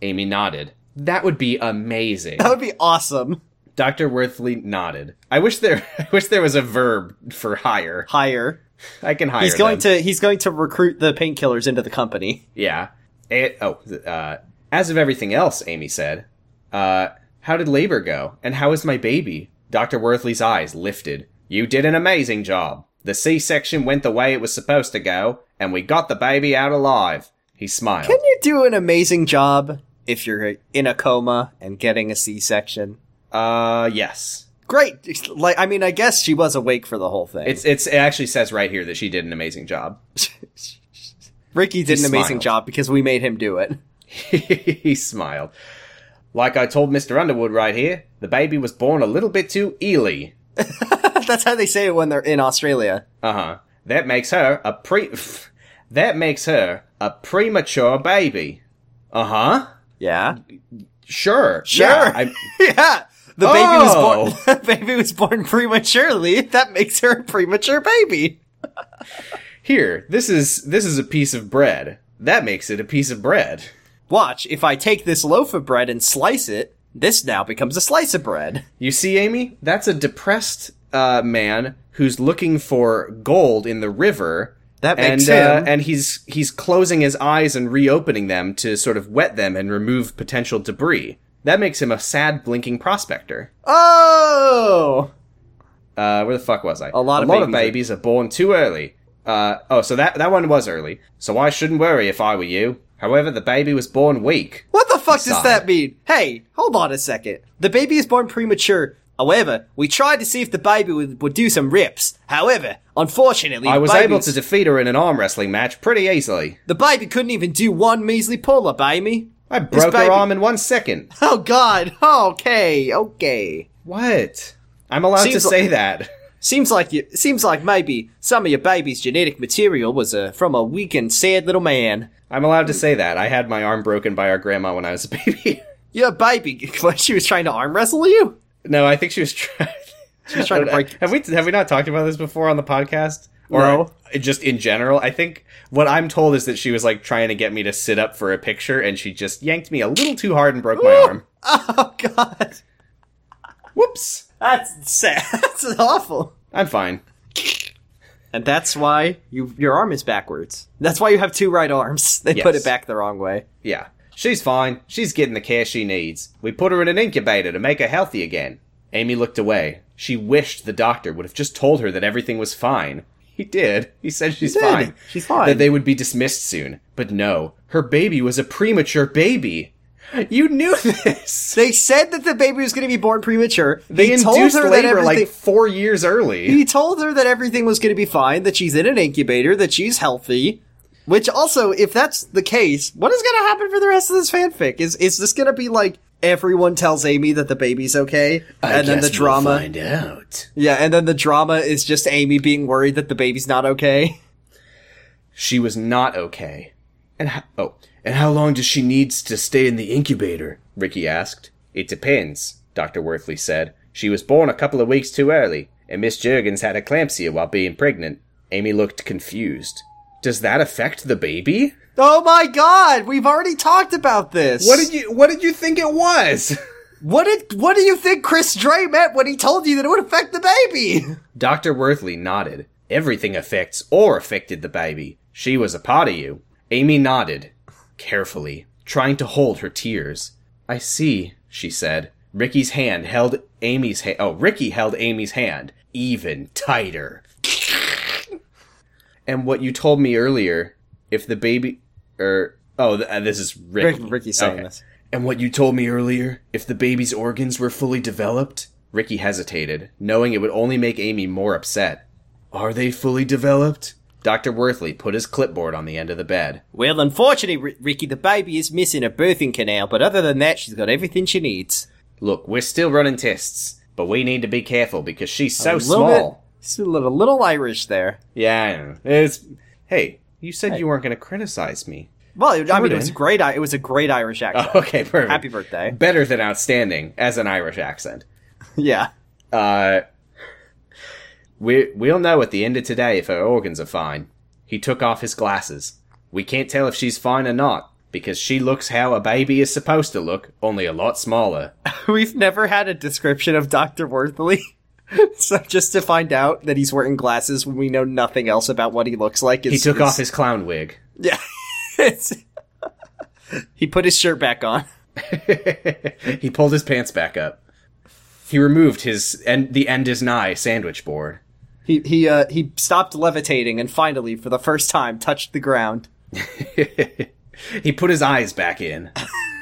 [SPEAKER 1] Amy nodded. That would be amazing.
[SPEAKER 2] That would be awesome.
[SPEAKER 1] Dr. Worthley nodded. I wish there I wish there was a verb for hire.
[SPEAKER 2] Hire.
[SPEAKER 1] I can hire
[SPEAKER 2] He's going
[SPEAKER 1] them.
[SPEAKER 2] to he's going to recruit the painkillers into the company.
[SPEAKER 1] Yeah. It, oh, th- uh, as of everything else, Amy said, uh, how did labor go? And how is my baby? Dr. Worthley's eyes lifted. You did an amazing job. The C section went the way it was supposed to go, and we got the baby out alive. He smiled.
[SPEAKER 2] Can you do an amazing job if you're in a coma and getting a C-section?
[SPEAKER 1] uh, yes.
[SPEAKER 2] Great. Like, I mean, I guess she was awake for the whole thing.
[SPEAKER 1] It's, it's, it actually says right here that she did an amazing job.
[SPEAKER 2] Ricky did
[SPEAKER 1] he
[SPEAKER 2] an amazing
[SPEAKER 1] smiled.
[SPEAKER 2] job because we made him do it.
[SPEAKER 1] he smiled. Like I told Mr. Underwood right here, the baby was born a little bit too eely.
[SPEAKER 2] That's how they say it when they're in Australia.
[SPEAKER 1] Uh huh. That makes her a pre. that makes her a premature baby. Uh huh.
[SPEAKER 2] Yeah.
[SPEAKER 1] Sure.
[SPEAKER 2] Sure.
[SPEAKER 1] Yeah, I-
[SPEAKER 2] yeah. The
[SPEAKER 1] Oh.
[SPEAKER 2] baby was born. The baby was born prematurely. That makes her a premature baby.
[SPEAKER 1] here, this is this is a piece of bread. That makes it a piece of bread.
[SPEAKER 2] Watch, if I take this loaf of bread and slice it, this now becomes a slice of bread.
[SPEAKER 1] You see, Amy, that's a depressed uh, man who's looking for gold in the river.
[SPEAKER 2] That makes
[SPEAKER 1] and, uh,
[SPEAKER 2] him-
[SPEAKER 1] and he's he's closing his eyes and reopening them to sort of wet them and remove potential debris. That makes him a sad, blinking prospector.
[SPEAKER 2] Oh.
[SPEAKER 1] Uh, where the fuck was I?
[SPEAKER 2] A lot of babies are-
[SPEAKER 1] babies are born too early. Uh, oh, so that that one was early. So I shouldn't worry if I were you. However, the baby was born weak.
[SPEAKER 2] What the fuck does
[SPEAKER 1] Sigh.
[SPEAKER 2] that mean? Hey, hold on a second. The baby is born premature. However, we tried to see if the baby would, would do some rips. However, unfortunately,
[SPEAKER 1] I
[SPEAKER 2] the
[SPEAKER 1] was
[SPEAKER 2] baby
[SPEAKER 1] able to defeat her in an arm wrestling match pretty easily.
[SPEAKER 2] The baby couldn't even do one measly pull up, Amy.
[SPEAKER 1] I broke her
[SPEAKER 2] baby-
[SPEAKER 1] arm in one second.
[SPEAKER 2] Oh God. Okay. Okay.
[SPEAKER 1] What? I'm allowed
[SPEAKER 2] Seems
[SPEAKER 1] to
[SPEAKER 2] li-
[SPEAKER 1] say that.
[SPEAKER 2] Seems like you. Seems like maybe some of your baby's genetic material was uh, from a weak and sad little man.
[SPEAKER 1] I'm allowed to say that. I had my arm broken by our grandma when I was a baby.
[SPEAKER 2] Your baby, when she was trying to arm wrestle you.
[SPEAKER 1] no, I think she was trying.
[SPEAKER 2] She was trying to break.
[SPEAKER 1] Have we have we not talked about this before on the podcast? Or
[SPEAKER 2] No.
[SPEAKER 1] just in general? I think what I'm told is that she was like trying to get me to sit up for a picture and she just yanked me a little too hard and broke my arm.
[SPEAKER 2] Oh God.
[SPEAKER 1] Whoops.
[SPEAKER 2] That's sad. That's awful.
[SPEAKER 1] I'm fine.
[SPEAKER 2] And that's why you your arm is backwards. That's why you have two right arms. They put
[SPEAKER 1] Yes.
[SPEAKER 2] it back the wrong way.
[SPEAKER 1] Yeah. She's fine. She's getting the care she needs. We put her in an incubator to make her healthy again. Amy looked away. She wished the doctor would have just told her that everything was fine. He did. He said she's
[SPEAKER 2] did.
[SPEAKER 1] fine.
[SPEAKER 2] She's fine.
[SPEAKER 1] That they would be dismissed soon. But no, her baby was a premature baby. You knew this.
[SPEAKER 2] They said that the baby was going to be born premature.
[SPEAKER 1] They
[SPEAKER 2] he
[SPEAKER 1] induced labor
[SPEAKER 2] everything-
[SPEAKER 1] like four years early.
[SPEAKER 2] he told her that everything was going to be fine, that she's in an incubator, that she's healthy. Which also, if that's the case, what is going to happen for the rest of this fanfic? Is is this going to be like everyone tells Amy that the baby's okay, and then the drama?
[SPEAKER 1] find out.
[SPEAKER 2] yeah, and then the drama is just Amy being worried that the baby's not okay.
[SPEAKER 1] She was not okay. And ho- oh, and how long does she needs to stay in the incubator? Ricky asked. It depends, Dr. Worthley said. She was born a couple of weeks too early, and Miss Jurgens had eclampsia while being pregnant. Amy looked confused. Does that affect the baby?
[SPEAKER 2] Oh my god, we've already talked about this.
[SPEAKER 1] What did you what did you think it was?
[SPEAKER 2] what did what do you think Chris Dre meant when he told you that it would affect the baby?
[SPEAKER 1] Dr. Worthley nodded. Everything affects or affected the baby. She was a part of you. Amy nodded, carefully, trying to hold her tears. I see, she said. Ricky's hand held Amy's hand. Oh, Ricky held Amy's hand even tighter. and what you told me earlier, if the baby, or oh, th- uh, this is Ricky.
[SPEAKER 2] Rick- Ricky's saying this.
[SPEAKER 1] And what you told me earlier, if the baby's organs were fully developed? Ricky hesitated, knowing it would only make Amy more upset. Are they fully developed? Dr. Worthley put his clipboard on the end of the bed.
[SPEAKER 2] Well, unfortunately, R- Ricky, the baby is missing a birthing canal, but other than that, she's got everything she needs.
[SPEAKER 1] Look, we're still running tests, but we need to be careful because she's so
[SPEAKER 2] A little
[SPEAKER 1] small.
[SPEAKER 2] bit- It's a little, little Irish there.
[SPEAKER 1] Yeah, I know. it's. Hey, you said you weren't going to criticize me.
[SPEAKER 2] Well, I mean, it was
[SPEAKER 1] Jordan.
[SPEAKER 2] great. I- It was a great
[SPEAKER 1] Oh.
[SPEAKER 2] Irish accent.
[SPEAKER 1] Okay, perfect.
[SPEAKER 2] Happy birthday.
[SPEAKER 1] Better than outstanding as an Irish accent.
[SPEAKER 2] Yeah.
[SPEAKER 1] Uh, we we'll know at the end of today if her organs are fine. He took off his glasses. We can't tell if she's fine or not because she looks how a baby is supposed to look, only a lot smaller.
[SPEAKER 2] We've never had a description of Doctor Worthley, so just to find out that he's wearing glasses when we know nothing else about what he looks like. Is,
[SPEAKER 1] He took
[SPEAKER 2] is-
[SPEAKER 1] off his clown wig.
[SPEAKER 2] Yeah. It's- he put his shirt back on.
[SPEAKER 1] he pulled his pants back up. He removed his and the end is nigh sandwich board.
[SPEAKER 2] He he uh, he stopped levitating and finally, for the first time, touched the ground.
[SPEAKER 1] he put his eyes back in.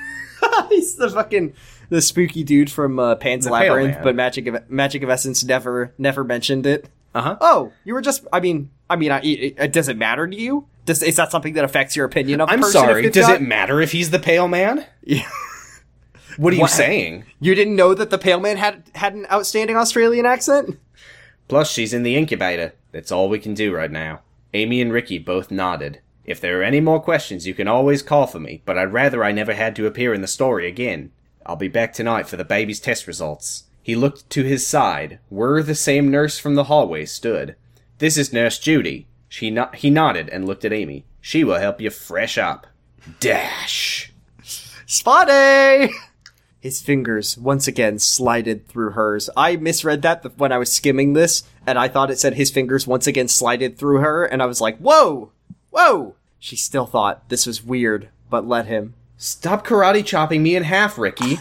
[SPEAKER 2] He's the fucking the spooky dude from uh, Pan's
[SPEAKER 1] Pale
[SPEAKER 2] Labyrinth,
[SPEAKER 1] Man.
[SPEAKER 2] but Magic of, Magic of Essence never never mentioned it.
[SPEAKER 1] Uh huh.
[SPEAKER 2] Oh, you were just. I mean, I mean, I, it, it does it matter to you? Does is that something that affects your opinion of? a
[SPEAKER 1] I'm
[SPEAKER 2] person if
[SPEAKER 1] sorry.
[SPEAKER 2] they've
[SPEAKER 1] Does
[SPEAKER 2] got-
[SPEAKER 1] it matter if he's the pale man?
[SPEAKER 2] Yeah.
[SPEAKER 1] What are you
[SPEAKER 2] What?
[SPEAKER 1] saying?
[SPEAKER 2] You didn't know that the Pale Man had had an outstanding Australian accent.
[SPEAKER 1] Plus, she's in the incubator. That's all we can do right now. Amy and Ricky both nodded. If there are any more questions, you can always call for me, but I'd rather I never had to appear in the story again. I'll be back tonight for the baby's test results. He looked to his side, where the same nurse from the hallway stood. This is Nurse Judy. She no- he nodded and looked at Amy. She will help you fresh up. Dash.
[SPEAKER 2] Spotty. His fingers once again slided through hers. I misread that the, when I was skimming this, and I thought it said his fingers once again slided through her, and I was like, "Whoa, whoa!" She still thought this was weird, but let him.
[SPEAKER 1] Stop karate chopping me in half, Ricky.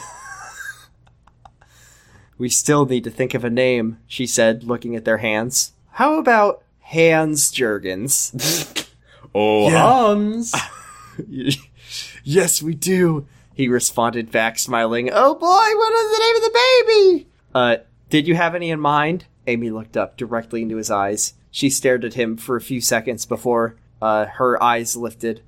[SPEAKER 2] We still need to think of a name, she said, looking at their hands. How about Hans Jurgens?
[SPEAKER 1] oh, Hans.
[SPEAKER 2] yes, we do, he responded back, smiling. Oh boy, what is the name of the baby? Uh, did you have any in mind? Amy looked up directly into his eyes. She stared at him for a few seconds before uh, her eyes lifted.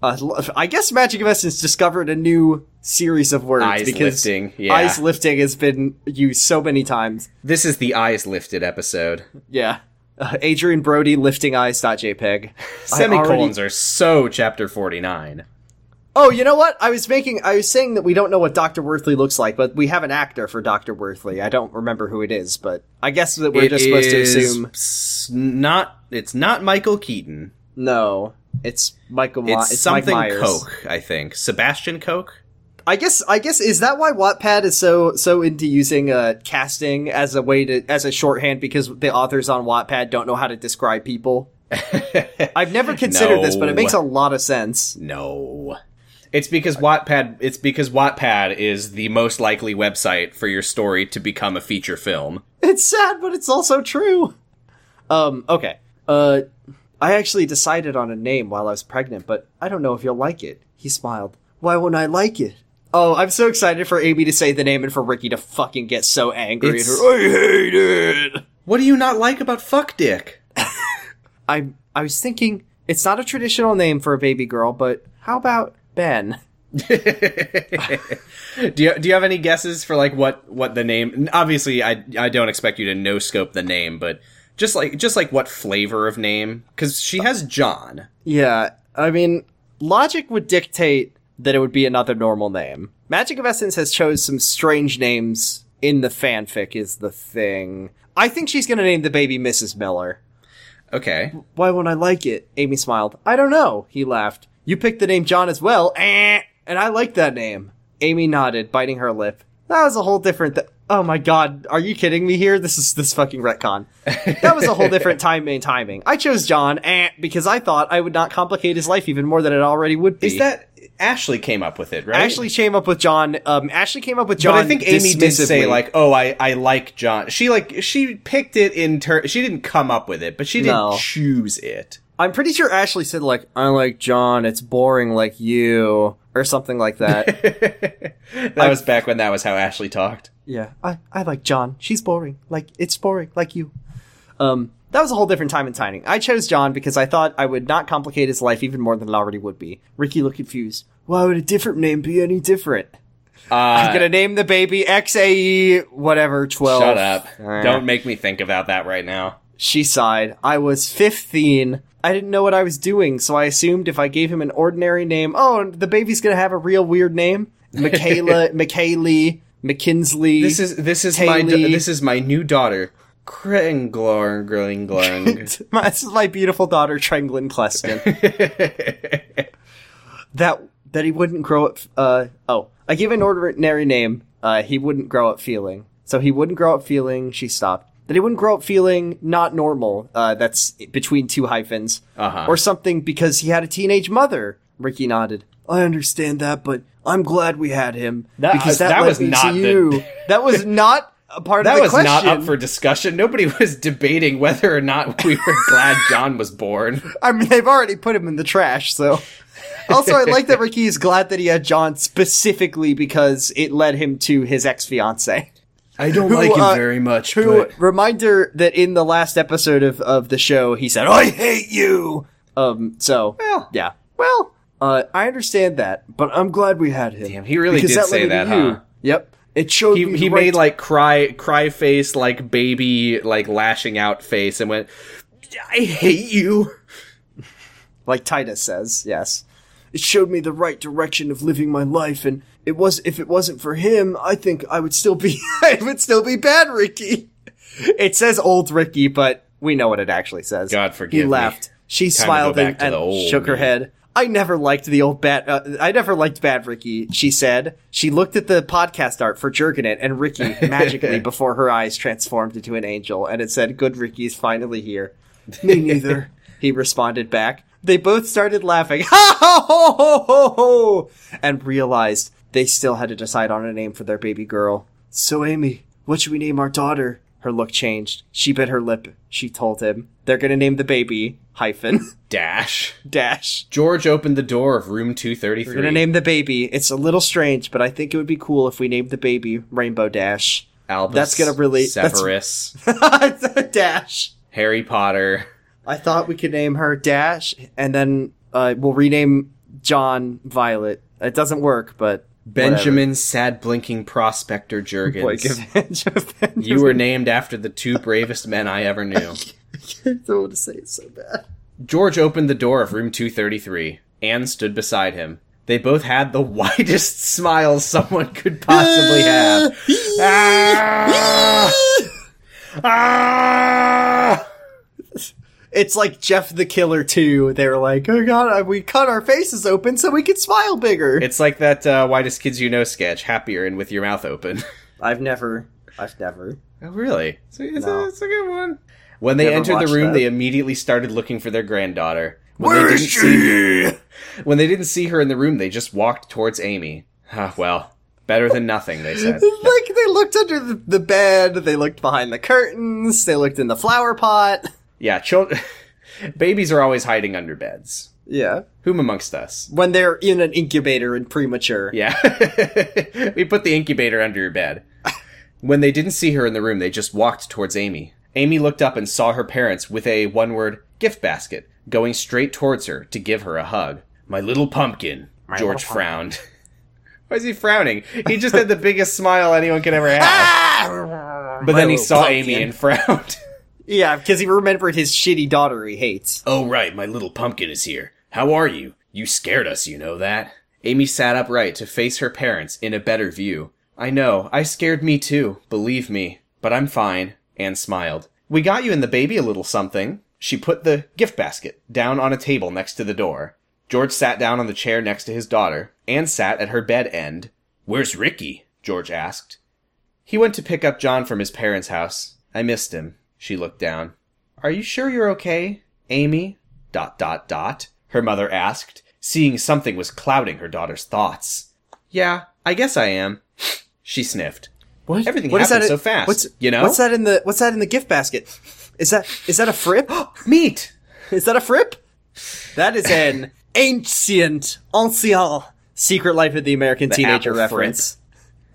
[SPEAKER 2] Uh, l- I guess Magic of Essence discovered a new series of words
[SPEAKER 1] Eyes
[SPEAKER 2] because
[SPEAKER 1] lifting, yeah.
[SPEAKER 2] eyes lifting has been used so many times.
[SPEAKER 1] This is the eyes lifted episode.
[SPEAKER 2] Yeah. Uh, Adrian Brody lifting eyes.jpg.
[SPEAKER 1] Semicolons are so chapter 49.
[SPEAKER 2] Oh, you know what? I was making I was saying that we don't know what Dr. Worthley looks like, but we have an actor for Dr. Worthley. I don't remember who it is, but I guess that we're
[SPEAKER 1] It
[SPEAKER 2] just supposed to
[SPEAKER 1] is
[SPEAKER 2] assume
[SPEAKER 1] s- Not, it's not Michael Keaton.
[SPEAKER 2] no. It's Michael My-
[SPEAKER 1] It's,
[SPEAKER 2] it's,
[SPEAKER 1] something
[SPEAKER 2] Mike Myers.
[SPEAKER 1] Koch, I think. Sebastian Koch?
[SPEAKER 2] I guess I guess is that why Wattpad is so so into using uh casting as a way to as a shorthand because the authors on Wattpad don't know how to describe people. I've never considered this, but it
[SPEAKER 1] No.
[SPEAKER 2] makes a lot of sense.
[SPEAKER 1] No. It's because Wattpad. It's because Wattpad is the most likely website for your story to become a feature film.
[SPEAKER 2] It's sad, but it's also true. Um, okay. Uh, I actually decided on a name while I was pregnant, but I don't know if you'll like it. He smiled. Why won't I like it? Oh, I'm so excited for Amy to say the name and for Ricky to fucking get so angry. at
[SPEAKER 1] It's-
[SPEAKER 2] her, I hate it.
[SPEAKER 1] What do you not like about Fuck Dick?
[SPEAKER 2] I I was thinking it's not a traditional name for a baby girl, but how about Ben?
[SPEAKER 1] do you do you have any guesses for like what what the name? Obviously, I I don't expect you to no scope the name, but just like just like what flavor of name? Because she has John.
[SPEAKER 2] Yeah, I mean, logic would dictate that it would be another normal name. Magic of Essence has chose some strange names in the fanfic is the thing. I think she's going to name the baby Mrs. Miller.
[SPEAKER 1] Okay.
[SPEAKER 2] Why won't I like it? Amy smiled. I don't know, he laughed. You picked the name John as well, eh, and I like that name. Amy nodded, biting her lip. That was a whole different th- Oh my god, are you kidding me here? This is this fucking retcon. That was a whole different time and timing. I chose John, eh, because I thought I would not complicate his life even more than it already would be.
[SPEAKER 1] Is that Ashley came up with it? Right.
[SPEAKER 2] Ashley came up with John, um, Ashley came up with John
[SPEAKER 1] But I think Amy did say
[SPEAKER 2] dismissively.
[SPEAKER 1] like, "Oh, I I like John." She like she picked it in turn. She didn't come up with it, but she didn't
[SPEAKER 2] No.
[SPEAKER 1] choose it.
[SPEAKER 2] I'm pretty sure Ashley said like, I like John, it's boring like you, or something like that.
[SPEAKER 1] that was back when that was how Ashley talked.
[SPEAKER 2] Yeah, I, I like John. She's boring. Like it's boring, like you. Um, that was a whole different time and timing. I chose John because I thought I would not complicate his life even more than it already would be. Ricky looked confused. Why would a different name be any different?
[SPEAKER 1] Uh,
[SPEAKER 2] I'm gonna name the baby XAE whatever twelve.
[SPEAKER 1] shut up!
[SPEAKER 2] Eh.
[SPEAKER 1] Don't make me think about that right now.
[SPEAKER 2] She sighed. I was fifteen. I didn't know what I was doing, so I assumed if I gave him an ordinary name, oh, and the baby's gonna have a real weird name, Michaela, Michaeli, McKinsley.
[SPEAKER 1] This is this is my da-
[SPEAKER 2] Taylee.
[SPEAKER 1] this is my new daughter, Krenglor Gringlong.
[SPEAKER 2] My- this is my beautiful daughter, Trenglin Cleston. that that he wouldn't grow up. Uh, oh, I give an ordinary name. Uh, he wouldn't grow up feeling. So he wouldn't grow up feeling. She stopped. That he wouldn't grow up feeling not normal. Uh, that's between two hyphens
[SPEAKER 1] Uh-huh.
[SPEAKER 2] or something because he had a teenage mother. Ricky nodded. I understand that, but I'm glad we had him
[SPEAKER 1] That-
[SPEAKER 2] because that,
[SPEAKER 1] that
[SPEAKER 2] led
[SPEAKER 1] was
[SPEAKER 2] me
[SPEAKER 1] not
[SPEAKER 2] to
[SPEAKER 1] the-
[SPEAKER 2] you. that was not a part of
[SPEAKER 1] That
[SPEAKER 2] the
[SPEAKER 1] was
[SPEAKER 2] question.
[SPEAKER 1] not up for discussion. Nobody was debating whether or not we were glad John was born.
[SPEAKER 2] I mean, they've already put him in the trash, so. Also, I like that Ricky is glad that he had John specifically because it led him to his ex fiance.
[SPEAKER 1] I don't
[SPEAKER 2] Who, like him uh, very
[SPEAKER 1] much.
[SPEAKER 2] Who, reminder that in the last episode of, of the show, he said, I hate you! Um, so.
[SPEAKER 1] Well.
[SPEAKER 2] yeah. Well, uh, I understand that, but I'm glad we had him.
[SPEAKER 1] Damn, he really
[SPEAKER 2] Because
[SPEAKER 1] did
[SPEAKER 2] led
[SPEAKER 1] say
[SPEAKER 2] me to
[SPEAKER 1] that,
[SPEAKER 2] you.
[SPEAKER 1] huh?
[SPEAKER 2] Yep. It showed
[SPEAKER 1] he,
[SPEAKER 2] me the
[SPEAKER 1] he
[SPEAKER 2] right
[SPEAKER 1] made like cry cry face like baby like lashing out face and went i hate you
[SPEAKER 2] like Titus says, yes. It showed me the right direction of living my life, and it was if it wasn't for him, I think I would still be I would still be bad Ricky. It says old Ricky, but we know what it actually says.
[SPEAKER 1] God forgive
[SPEAKER 2] He
[SPEAKER 1] me.
[SPEAKER 2] laughed. She
[SPEAKER 1] to
[SPEAKER 2] smiled
[SPEAKER 1] go
[SPEAKER 2] and,
[SPEAKER 1] back to
[SPEAKER 2] and
[SPEAKER 1] the old
[SPEAKER 2] shook her
[SPEAKER 1] me.
[SPEAKER 2] head. I never liked the old bad. Uh, I never liked bad Ricky. She said. She looked at the podcast art for Jerkin it, and Ricky magically before her eyes transformed into an angel, and it said, "Good Ricky is finally here." Me neither. he responded back. They both started laughing, ha ha ho ho ho ho, and realized they still had to decide on a name for their baby girl. So, Amy, what should we name our daughter? Her look changed. She bit her lip. She told him they're gonna name the baby hyphen
[SPEAKER 1] dash
[SPEAKER 2] dash.
[SPEAKER 1] george opened the door of room
[SPEAKER 2] We're gonna
[SPEAKER 1] 233
[SPEAKER 2] name the baby. It's a little strange, but I think it would be cool if we named the baby Rainbow Dash.
[SPEAKER 1] albus
[SPEAKER 2] that's gonna relate- that's-
[SPEAKER 1] severus
[SPEAKER 2] Dash.
[SPEAKER 1] harry potter
[SPEAKER 2] I thought we could name her Dash, and then uh, we'll rename John Violet. It doesn't work, but
[SPEAKER 1] benjamin sad blinking prospector jurgens
[SPEAKER 2] Benjamin.
[SPEAKER 1] you were named after the two bravest men i ever knew
[SPEAKER 2] don't want to say it so bad.
[SPEAKER 1] george opened the door of room 233 anne stood beside him they both had the widest smile someone could
[SPEAKER 2] Uh,
[SPEAKER 1] possibly have Ah! Ah!
[SPEAKER 2] It's like Jeff the Killer too. They were like, "Oh God, I- we cut our faces open so we could smile bigger."
[SPEAKER 1] It's like that uh, "Widest Kids You Know" sketch, happier and with your mouth open.
[SPEAKER 2] I've never, I've never.
[SPEAKER 1] oh, really? It's, a- it's
[SPEAKER 2] No.
[SPEAKER 1] a, it's a good one. When they
[SPEAKER 2] Never
[SPEAKER 1] entered the
[SPEAKER 2] watched
[SPEAKER 1] room,
[SPEAKER 2] that.
[SPEAKER 1] they immediately started looking for their granddaughter. When they didn't see- When they didn't see her in the room, they just walked towards Amy. Ah, well, better than nothing, they said.
[SPEAKER 2] like they looked under the, the bed, they looked behind the curtains, they looked in the flower pot.
[SPEAKER 1] Yeah, children, babies are always hiding under beds.
[SPEAKER 2] Yeah.
[SPEAKER 1] Whom amongst us?
[SPEAKER 2] When they're in an incubator and premature.
[SPEAKER 1] Yeah, we put the incubator under your bed. When they didn't see her in the room, they just walked towards Amy. Amy looked up and saw her parents with a one word gift basket going straight towards her to give her a hug. My little pumpkin. George frowned. Why is he frowning? He just had the biggest smile anyone could ever have. But then he
[SPEAKER 2] little
[SPEAKER 1] saw
[SPEAKER 2] pumpkin.
[SPEAKER 1] Amy and frowned.
[SPEAKER 2] Yeah, because he remembered his shitty daughter he hates.
[SPEAKER 1] Oh, right, my little pumpkin is here. How are you? You scared us, you know that? Amy sat upright to face her parents in a better view. I know, I scared me too, believe me. But I'm fine. Anne smiled. We got you and the baby a little something. She put the gift basket down on a table next to the door. George sat down on the chair next to his daughter. Anne sat at her bed end. Where's Ricky? George asked. He went to pick up John from his parents' house. I missed him. She looked down. Are you sure you're okay, Amy? Dot dot dot. Her mother asked, seeing something was clouding her daughter's thoughts. Yeah, I guess I am. she sniffed.
[SPEAKER 2] What?
[SPEAKER 1] Everything happened
[SPEAKER 2] that
[SPEAKER 1] so
[SPEAKER 2] in-
[SPEAKER 1] fast,
[SPEAKER 2] What's
[SPEAKER 1] you know?
[SPEAKER 2] What's that in the What's that in the gift basket? Is that is that a frip?
[SPEAKER 1] Meat.
[SPEAKER 2] Is that a frip? That is an ancient, ancient Secret Life of the American Teenager
[SPEAKER 1] apple
[SPEAKER 2] reference.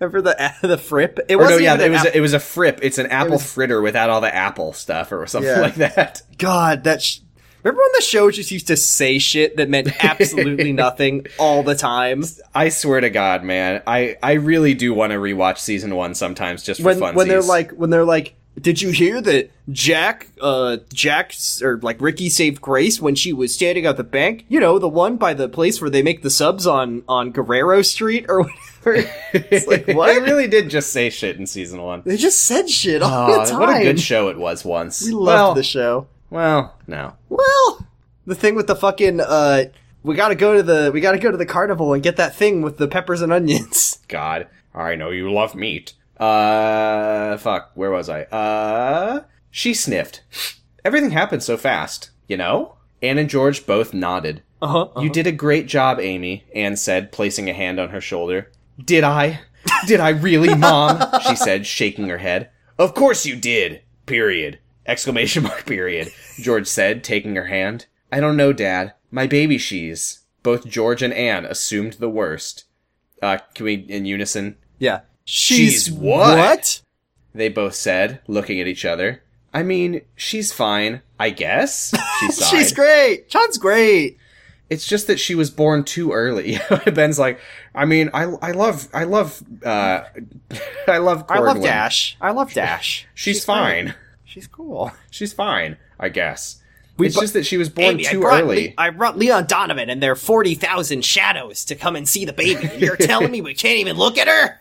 [SPEAKER 2] Remember the the frip? It
[SPEAKER 1] Or no,
[SPEAKER 2] wasn't
[SPEAKER 1] yeah,
[SPEAKER 2] even
[SPEAKER 1] it
[SPEAKER 2] an
[SPEAKER 1] was
[SPEAKER 2] apple.
[SPEAKER 1] a, it was a frip. It's an apple
[SPEAKER 2] was-
[SPEAKER 1] fritter without all the apple stuff or something
[SPEAKER 2] Yeah.
[SPEAKER 1] like that.
[SPEAKER 2] God, that sh- remember when the show just used to say shit that meant absolutely nothing all the time?
[SPEAKER 1] I swear to God, man, I I really do want to rewatch season one sometimes just for
[SPEAKER 2] When
[SPEAKER 1] funsies.
[SPEAKER 2] when they're like when they're like, did you hear that Jack, uh, Jack s- or like Ricky saved Grace when she was standing at the bank? You know, the one by the place where they make the subs on on Guerrero Street or whatever. it's like
[SPEAKER 1] I
[SPEAKER 2] what?
[SPEAKER 1] really did just say shit in season one.
[SPEAKER 2] They just said shit all
[SPEAKER 1] Aw,
[SPEAKER 2] the time.
[SPEAKER 1] What a good show it was once.
[SPEAKER 2] We loved
[SPEAKER 1] well,
[SPEAKER 2] the show.
[SPEAKER 1] Well, no.
[SPEAKER 2] Well, the thing with the fucking uh, we gotta go to the we gotta go to the carnival and get that thing with the peppers and onions.
[SPEAKER 1] God, I know you love meat. Uh, fuck, where was I? Uh, she sniffed. Everything happened so fast, you know? Anne and George both nodded.
[SPEAKER 2] Uh huh.
[SPEAKER 1] You did a great job, Amy, Anne said, placing a hand on her shoulder. Did I? Did I really, Mom? she said, shaking her head. Of course you did. Period. Exclamation mark period. George said, taking her hand. I don't know, Dad. My baby she's. Both George and Anne assumed the worst. Uh, can we in unison?
[SPEAKER 2] Yeah.
[SPEAKER 1] She's what? They both said, looking at each other. I mean, she's fine, I guess. She sighed.
[SPEAKER 2] She's great. John's great.
[SPEAKER 1] It's just that she was born too early. Ben's like, I mean, I, I love, I love, uh, I love,
[SPEAKER 2] I love
[SPEAKER 1] Cordwin.
[SPEAKER 2] Dash. I love Dash.
[SPEAKER 1] She's, fine.
[SPEAKER 2] She's cool.
[SPEAKER 1] She's fine, I guess.
[SPEAKER 2] We
[SPEAKER 1] it's
[SPEAKER 2] bu-
[SPEAKER 1] just that she was born
[SPEAKER 2] Amy, I
[SPEAKER 1] too
[SPEAKER 2] brought
[SPEAKER 1] early.
[SPEAKER 2] Le- I brought Leon Donovan and their 40,000 shadows to come and see the baby. And you're telling me we can't even look at her?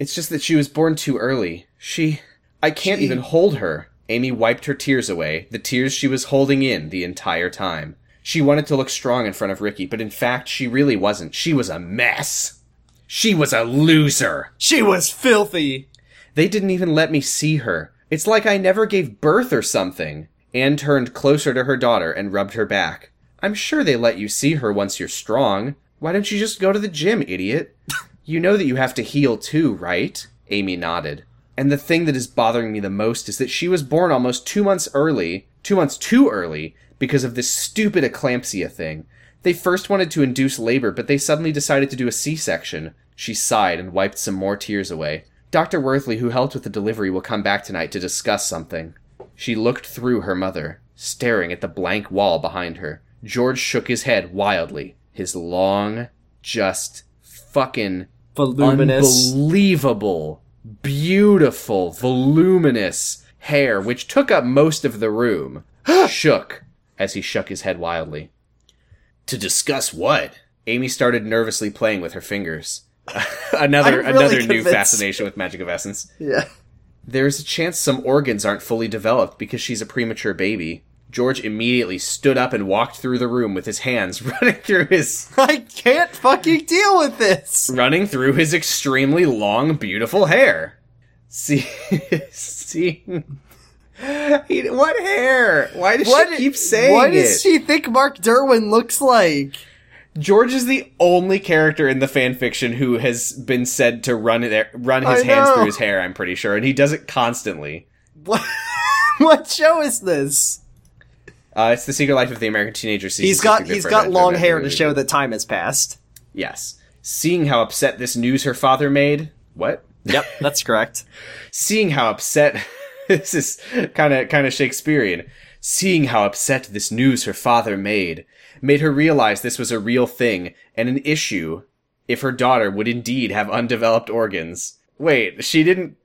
[SPEAKER 1] It's just that she was born too early. She, I can't even hold her. Amy wiped her tears away, the tears she was holding in the entire time. She wanted to look strong in front of Ricky, but in fact, she really wasn't. She was a mess. She was a loser.
[SPEAKER 2] She was filthy.
[SPEAKER 1] They didn't even let me see her. It's like I never gave birth or something. Anne turned closer to her daughter and rubbed her back. I'm sure they let you see her once you're strong. Why don't you just go to the gym, idiot? You know that you have to heal too, right? Amy nodded. And the thing that is bothering me the most is that she was born almost two months early, two months too early, because of this stupid eclampsia thing. They first wanted to induce labor, but they suddenly decided to do a C section. She sighed and wiped some more tears away. Dr. Worthley, who helped with the delivery, will come back tonight to discuss something. She looked through her mother, staring at the blank wall behind her. George shook his head wildly, his long, just fucking
[SPEAKER 2] Voluminous.
[SPEAKER 1] unbelievable, beautiful, voluminous hair, which took up most of the room, shook as he shook his head wildly. To discuss what? Amy started nervously playing with her fingers. another
[SPEAKER 2] I'm really
[SPEAKER 1] another new
[SPEAKER 2] convinced.
[SPEAKER 1] fascination with magic of essence.
[SPEAKER 2] yeah.
[SPEAKER 1] There's a chance some organs aren't fully developed because she's a premature baby. George immediately stood up and walked through the room with his hands running through his
[SPEAKER 2] I can't fucking deal with this.
[SPEAKER 1] running through his extremely long, beautiful hair. See, seeing. He- What hair? Why does she keep saying
[SPEAKER 2] What
[SPEAKER 1] it?
[SPEAKER 2] does she think Mark Derwin looks like?
[SPEAKER 1] George is the only character in the fan fiction who has been said to run their, run his
[SPEAKER 2] I
[SPEAKER 1] hands
[SPEAKER 2] know.
[SPEAKER 1] through his hair. I'm pretty sure, and he does it constantly.
[SPEAKER 2] What, what show is this?
[SPEAKER 1] Uh, it's the Secret Life of the American Teenager season.
[SPEAKER 2] He's
[SPEAKER 1] six,
[SPEAKER 2] got
[SPEAKER 1] a good
[SPEAKER 2] he's
[SPEAKER 1] friend. I
[SPEAKER 2] got
[SPEAKER 1] enjoyed
[SPEAKER 2] long
[SPEAKER 1] that
[SPEAKER 2] hair
[SPEAKER 1] really
[SPEAKER 2] to show
[SPEAKER 1] good.
[SPEAKER 2] that time has passed.
[SPEAKER 1] Yes, seeing how upset this news her father made. What?
[SPEAKER 2] Yep, that's correct.
[SPEAKER 1] seeing how upset this is kind of kind of Shakespearean. Seeing how upset this news her father made made her realize this was a real thing and an issue if her daughter would indeed have undeveloped organs. Wait, she didn't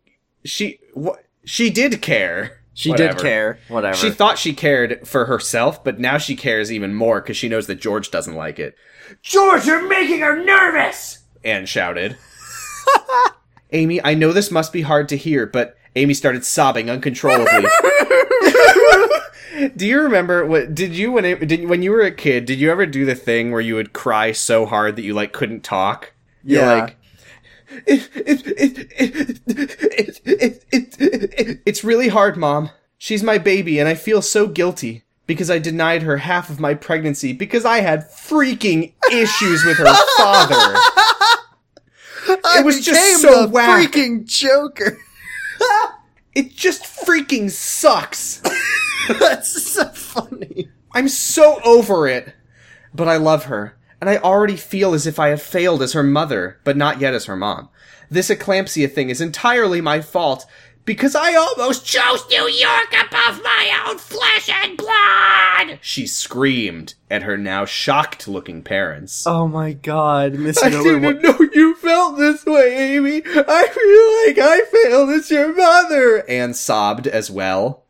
[SPEAKER 1] she what she did care.
[SPEAKER 2] She
[SPEAKER 1] Whatever.
[SPEAKER 2] did care. Whatever.
[SPEAKER 1] She thought she cared for herself, but now she cares even more cuz she knows that George doesn't like it
[SPEAKER 3] George, you're making her nervous!
[SPEAKER 1] and shouted. Amy, I know this must be hard to hear, but Amy started sobbing uncontrollably. do you remember what did you when it, did when you were a kid? Did you ever do the thing where you would cry so hard that you like couldn't talk? You're
[SPEAKER 2] Yeah.
[SPEAKER 1] like. It, it, it, it, it, it, it, it, it's really hard, Mom. She's my baby, and I feel so guilty because I denied her half of my pregnancy because I had freaking issues with her father.
[SPEAKER 2] I
[SPEAKER 1] it was just
[SPEAKER 2] became
[SPEAKER 1] so
[SPEAKER 2] the
[SPEAKER 1] whack.
[SPEAKER 2] freaking Joker.
[SPEAKER 1] It just freaking sucks.
[SPEAKER 2] that's so funny.
[SPEAKER 1] I'm so over it. But I love her, and I already feel as if I have failed as her mother, but not yet as her mom. This eclampsia thing is entirely my fault because I almost chose New York above my own flesh and blood. She screamed at her now shocked looking parents.
[SPEAKER 2] Oh my god, Miss
[SPEAKER 1] I
[SPEAKER 2] Miller.
[SPEAKER 1] didn't know you felt this way, Amy. I feel like I failed as your mother. Anne sobbed as well.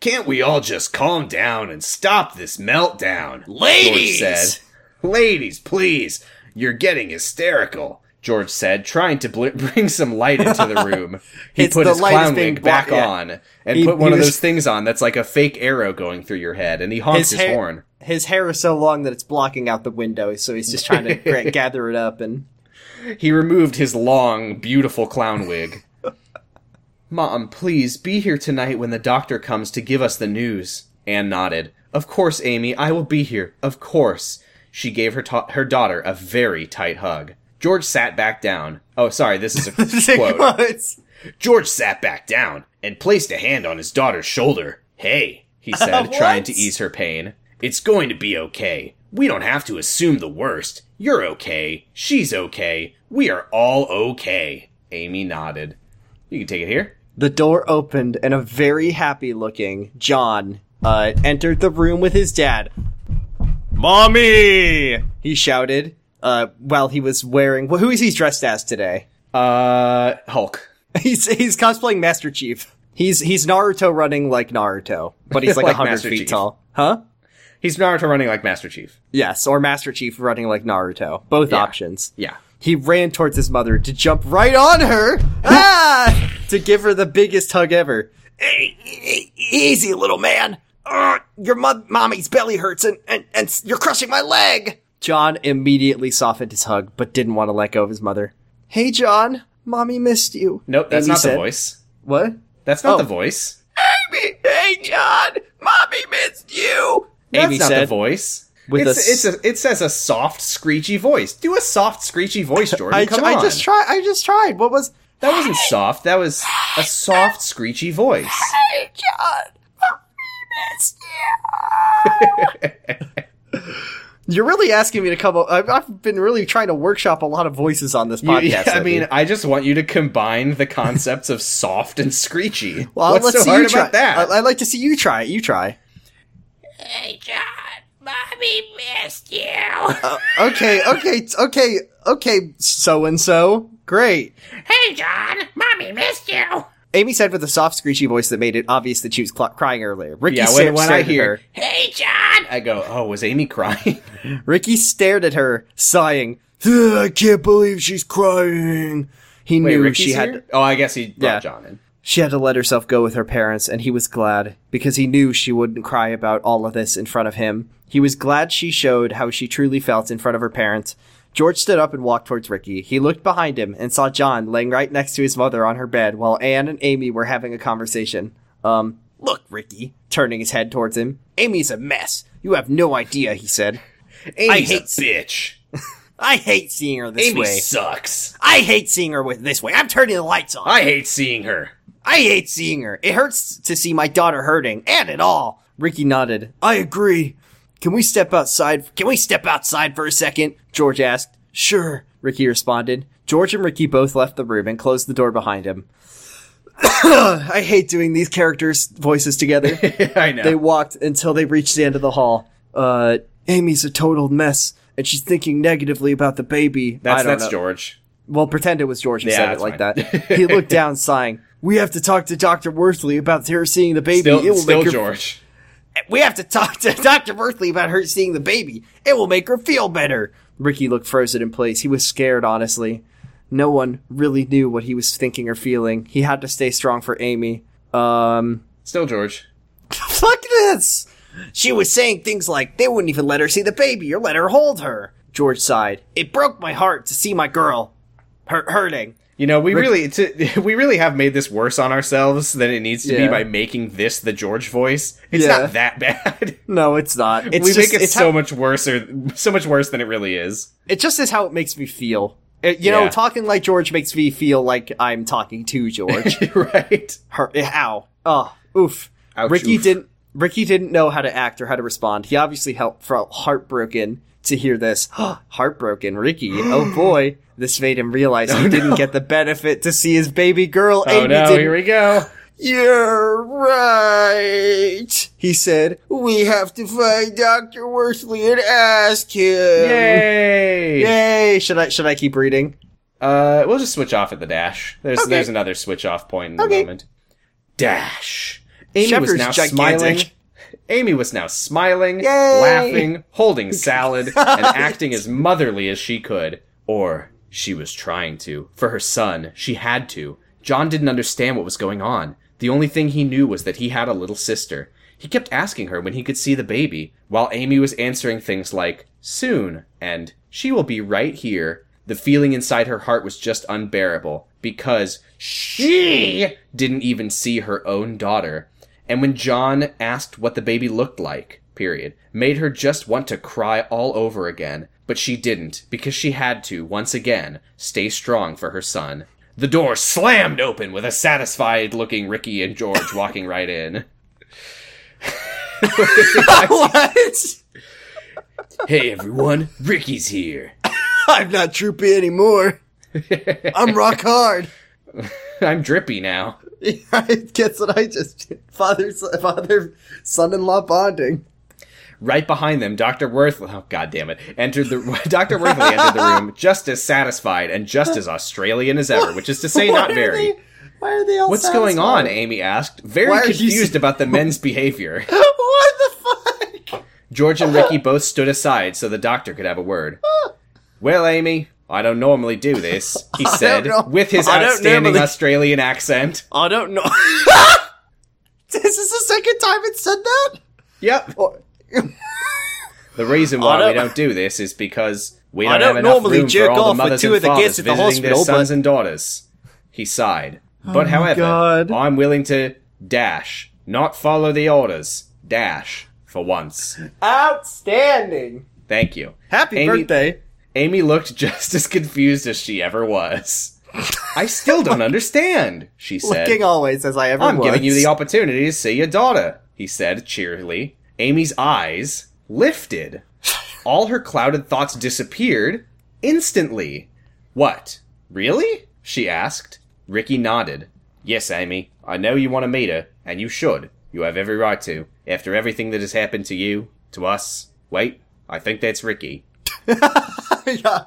[SPEAKER 1] Can't we all just calm down and stop this meltdown?
[SPEAKER 3] Ladies!
[SPEAKER 1] George said. Ladies, please. You're getting hysterical. George said, trying to bl- bring some light into the room. He
[SPEAKER 2] It's
[SPEAKER 1] put
[SPEAKER 2] the
[SPEAKER 1] his
[SPEAKER 2] light is
[SPEAKER 1] clown
[SPEAKER 2] being
[SPEAKER 1] wig
[SPEAKER 2] blo-
[SPEAKER 1] back
[SPEAKER 2] yeah.
[SPEAKER 1] on and
[SPEAKER 2] He-
[SPEAKER 1] put one
[SPEAKER 2] he
[SPEAKER 1] of
[SPEAKER 2] was-
[SPEAKER 1] those things on that's like a fake arrow going through your head, and he honks
[SPEAKER 2] his,
[SPEAKER 1] his,
[SPEAKER 2] hair,
[SPEAKER 1] horn.
[SPEAKER 2] his hair is so long that it's blocking out the window, so he's just trying to gra- gather it up. And
[SPEAKER 1] He removed his long, beautiful clown wig. Mom, please be here tonight when the doctor comes to give us the news. Anne nodded. Of course, Amy, I will be here. Of course. She gave her ta- her daughter a very tight hug. George sat back down. Oh, sorry, this is a quote.
[SPEAKER 2] Quotes.
[SPEAKER 1] George sat back down and placed a hand on his daughter's shoulder. Hey, he said, trying
[SPEAKER 2] What?
[SPEAKER 1] to ease her pain. It's going to be okay. We don't have to assume the worst. You're okay. She's okay. We are all okay. Amy nodded. You can take it here.
[SPEAKER 2] The door opened, and a very happy-looking John uh, entered the room with his dad. "Mommy!" he shouted uh, while he was wearing. Well, who is he dressed as today?
[SPEAKER 1] Uh, Hulk.
[SPEAKER 2] He's he's cosplaying Master Chief. He's he's Naruto running like Naruto, but he's like,
[SPEAKER 1] Like
[SPEAKER 2] a 100
[SPEAKER 1] Master
[SPEAKER 2] feet
[SPEAKER 1] Chief.
[SPEAKER 2] tall. Huh?
[SPEAKER 1] He's Naruto running like Master Chief.
[SPEAKER 2] Yes, or Master Chief running like Naruto. Both options.
[SPEAKER 1] Yeah.
[SPEAKER 2] He ran towards his mother to jump right on her. ah! To give her the biggest hug ever. "E- e- Easy, little man. Ugh, your mom- mommy's belly hurts and, and, and s- you're crushing my leg. John immediately softened his hug, but didn't want to let go of his mother. Hey, John. Mommy missed you.
[SPEAKER 1] Nope, that's
[SPEAKER 2] Amy
[SPEAKER 1] not
[SPEAKER 2] said-
[SPEAKER 1] the voice.
[SPEAKER 2] What?
[SPEAKER 1] That's not
[SPEAKER 2] Oh.
[SPEAKER 1] the voice.
[SPEAKER 2] Hey, John. Mommy missed you.
[SPEAKER 1] That's
[SPEAKER 2] Amy
[SPEAKER 1] not the
[SPEAKER 2] said,
[SPEAKER 1] voice.
[SPEAKER 2] with
[SPEAKER 1] it's,
[SPEAKER 2] a s-
[SPEAKER 1] it's a, it says a soft, screechy voice. Do a soft, screechy voice, Jordan.
[SPEAKER 2] I,
[SPEAKER 1] Come
[SPEAKER 2] I
[SPEAKER 1] on.
[SPEAKER 2] just tried. I just tried. What was.
[SPEAKER 1] That wasn't soft. That was a soft, screechy voice.
[SPEAKER 3] Hey, John, I missed you!
[SPEAKER 2] You're really asking me to come up. I've, I've been really trying to workshop a lot of voices on this
[SPEAKER 1] You-
[SPEAKER 2] podcast.
[SPEAKER 1] I
[SPEAKER 2] lately.
[SPEAKER 1] mean, I just want you to combine the concepts of soft and screechy.
[SPEAKER 2] well,
[SPEAKER 1] What's
[SPEAKER 2] let's
[SPEAKER 1] so
[SPEAKER 2] see
[SPEAKER 1] hard
[SPEAKER 2] you try. Uh,
[SPEAKER 1] about that?
[SPEAKER 2] I, would like to see you try it. You try.
[SPEAKER 3] Hey, John, mommy missed you!
[SPEAKER 2] Uh, Okay, okay, t- okay, okay, so and so. Great.
[SPEAKER 3] Hey, John, mommy missed you!
[SPEAKER 2] Amy said with a soft, screechy voice that made it obvious that she was cl- crying earlier. Ricky
[SPEAKER 1] yeah,
[SPEAKER 2] stared,
[SPEAKER 1] when, when
[SPEAKER 2] stared
[SPEAKER 1] I
[SPEAKER 2] at
[SPEAKER 1] hear,
[SPEAKER 3] Hey, John!
[SPEAKER 1] I go, "Oh, was Amy crying?"
[SPEAKER 2] her. Ricky stared at her, sighing. "Ugh, I can't believe she's crying. He
[SPEAKER 1] Wait,
[SPEAKER 2] knew
[SPEAKER 1] Ricky's
[SPEAKER 2] she had.
[SPEAKER 1] here? Oh, I guess he brought
[SPEAKER 2] Yeah.
[SPEAKER 1] John in.
[SPEAKER 2] She had to let herself go with her parents, and he was glad because he knew she wouldn't cry about all of this in front of him. He was glad she showed how she truly felt in front of her parents. George stood up and walked towards Ricky. He looked behind him and saw John laying right next to his mother on her bed while Anne and Amy were having a conversation. Um, look, Ricky, turning his head towards him. Amy's a mess. You have no idea, he said.
[SPEAKER 1] Amy's
[SPEAKER 2] hate-
[SPEAKER 1] a bitch.
[SPEAKER 2] I hate seeing her this
[SPEAKER 1] Amy
[SPEAKER 2] way.
[SPEAKER 1] sucks.
[SPEAKER 2] I hate seeing her with this way. I'm turning the lights on.
[SPEAKER 1] I hate seeing her.
[SPEAKER 2] I hate seeing her. It hurts to see my daughter hurting, and at all. Ricky nodded. I agree. Can we step outside? Can we step outside for a second? George asked. Sure, Ricky responded. George and Ricky both left the room and closed the door behind him. I hate doing these characters' voices together.
[SPEAKER 1] I know.
[SPEAKER 2] They walked until they reached the end of the hall. Uh, Amy's a total mess, and she's thinking negatively about the baby. I
[SPEAKER 1] that's
[SPEAKER 2] don't
[SPEAKER 1] that's
[SPEAKER 2] know.
[SPEAKER 1] George.
[SPEAKER 2] Well, pretend it was George who
[SPEAKER 1] Yeah,
[SPEAKER 2] said it
[SPEAKER 1] that's
[SPEAKER 2] like
[SPEAKER 1] fine.
[SPEAKER 2] that. He looked down, sighing. We have to talk to Doctor Worthley about her seeing the baby. it
[SPEAKER 1] Still,
[SPEAKER 2] will
[SPEAKER 1] still
[SPEAKER 2] make her.
[SPEAKER 1] George.
[SPEAKER 2] We have to talk to Doctor Worthley about her seeing the baby. It will make her feel better. Ricky looked frozen in place. He was scared, honestly. No one really knew what he was thinking or feeling. He had to stay strong for Amy. Um,
[SPEAKER 1] Still George.
[SPEAKER 2] Fuck this! She was saying things like, they wouldn't even let her see the baby or let her hold her. George sighed. It broke my heart to see my girl hurt, hurting.
[SPEAKER 1] You know, we really to, we really have made this worse on ourselves than it needs to
[SPEAKER 2] Yeah.
[SPEAKER 1] be by making this the George voice. It's
[SPEAKER 2] Yeah.
[SPEAKER 1] not that bad.
[SPEAKER 2] No, it's not. It's
[SPEAKER 1] we
[SPEAKER 2] just,
[SPEAKER 1] make it
[SPEAKER 2] it's
[SPEAKER 1] so
[SPEAKER 2] how-
[SPEAKER 1] much worse, or so much worse than it really is.
[SPEAKER 2] it just is how it makes me feel. It- you know,
[SPEAKER 1] Yeah.
[SPEAKER 2] talking like George makes me feel like I'm talking to George.
[SPEAKER 1] right?
[SPEAKER 2] Her, ow. Oh, oof.
[SPEAKER 1] Ouch,
[SPEAKER 2] Ricky
[SPEAKER 1] oof.
[SPEAKER 2] didn't. Ricky didn't know how to act or how to respond. He obviously helped, felt heartbroken to hear this. heartbroken, Ricky. Oh boy, this made him realize he didn't get the benefit to see his baby girl.
[SPEAKER 1] Oh
[SPEAKER 2] Amy
[SPEAKER 1] no!
[SPEAKER 2] didn't.
[SPEAKER 1] Here we go.
[SPEAKER 2] You're right, he said. We have to find Doctor Worsley and ask him.
[SPEAKER 1] Yay!
[SPEAKER 2] Yay! Should I should I keep reading?
[SPEAKER 1] Uh, we'll just switch off at the dash. There's
[SPEAKER 2] Okay.
[SPEAKER 1] there's another switch off point in
[SPEAKER 2] Okay.
[SPEAKER 1] the moment. Dash. Amy was
[SPEAKER 2] Shepherd's
[SPEAKER 1] now
[SPEAKER 2] gigantic.
[SPEAKER 1] smiling. Amy was now smiling,
[SPEAKER 2] Yay!
[SPEAKER 1] laughing, holding salad, and acting as motherly as she could. Or she was trying to. For her son, she had to. John didn't understand what was going on. The only thing he knew was that he had a little sister. He kept asking her when he could see the baby, while Amy was answering things like, soon, and she will be right here. The feeling inside her heart was just unbearable because she didn't even see her own daughter. And when John asked what the baby looked like, period, made her just want to cry all over again, but she didn't because she had to, once again, stay strong for her son. The door slammed open with a satisfied looking Ricky and George walking right in.
[SPEAKER 2] what?
[SPEAKER 1] Hey everyone, Ricky's here.
[SPEAKER 2] I'm not droopy anymore. I'm rock hard.
[SPEAKER 1] I'm drippy now.
[SPEAKER 2] Guess what I just did? Father, father, son-in-law bonding.
[SPEAKER 1] Right behind them, Dr. Worthley, oh god damn it, entered the, Dr. Worthley entered the room just as satisfied and just as Australian as ever, which is to say not
[SPEAKER 2] Why are
[SPEAKER 1] very.
[SPEAKER 2] they- why are they all?
[SPEAKER 1] What's going on?
[SPEAKER 2] satisfied?
[SPEAKER 1] Amy asked, very
[SPEAKER 2] Why are you
[SPEAKER 1] confused
[SPEAKER 2] so-
[SPEAKER 1] about the men's behavior.
[SPEAKER 2] what the fuck?
[SPEAKER 1] George and Ricky both stood aside so the doctor could have a word. well, Amy, I don't normally do this, he
[SPEAKER 2] don't
[SPEAKER 1] said,
[SPEAKER 2] know-
[SPEAKER 1] with his
[SPEAKER 2] I don't
[SPEAKER 1] outstanding
[SPEAKER 2] normally-
[SPEAKER 1] Australian accent.
[SPEAKER 2] I don't know. this is the second time it said that.
[SPEAKER 1] Yep.
[SPEAKER 2] Or-
[SPEAKER 1] The reason
[SPEAKER 2] I
[SPEAKER 1] why
[SPEAKER 2] don't-
[SPEAKER 1] we don't do this is because we
[SPEAKER 2] I
[SPEAKER 1] don't,
[SPEAKER 2] don't
[SPEAKER 1] have enough
[SPEAKER 2] normally
[SPEAKER 1] room
[SPEAKER 2] jerk
[SPEAKER 1] for all
[SPEAKER 2] off
[SPEAKER 1] the
[SPEAKER 2] with
[SPEAKER 1] mothers
[SPEAKER 2] two
[SPEAKER 1] and
[SPEAKER 2] of the
[SPEAKER 1] fathers
[SPEAKER 2] kids at the
[SPEAKER 1] visiting
[SPEAKER 2] hospital,
[SPEAKER 1] their
[SPEAKER 2] but- Oh
[SPEAKER 1] sons and daughters. He sighed. But however,
[SPEAKER 2] God.
[SPEAKER 1] I'm willing to dash, not follow the orders, dash, for once.
[SPEAKER 2] Outstanding.
[SPEAKER 1] Thank you.
[SPEAKER 2] Happy
[SPEAKER 1] Amy-
[SPEAKER 2] birthday.
[SPEAKER 1] Amy looked just as confused as she ever was. I still don't understand, she said.
[SPEAKER 2] Looking always as I ever
[SPEAKER 1] I'm
[SPEAKER 2] was.
[SPEAKER 1] giving you the opportunity to see your daughter, he said cheerily. Amy's eyes lifted. All her clouded thoughts disappeared instantly. What? Really? she asked. Ricky nodded. Yes, Amy, I know you want to meet her, and you should. You have every right to. After everything that has happened to you, to us. Wait, I think that's Ricky.
[SPEAKER 2] yeah.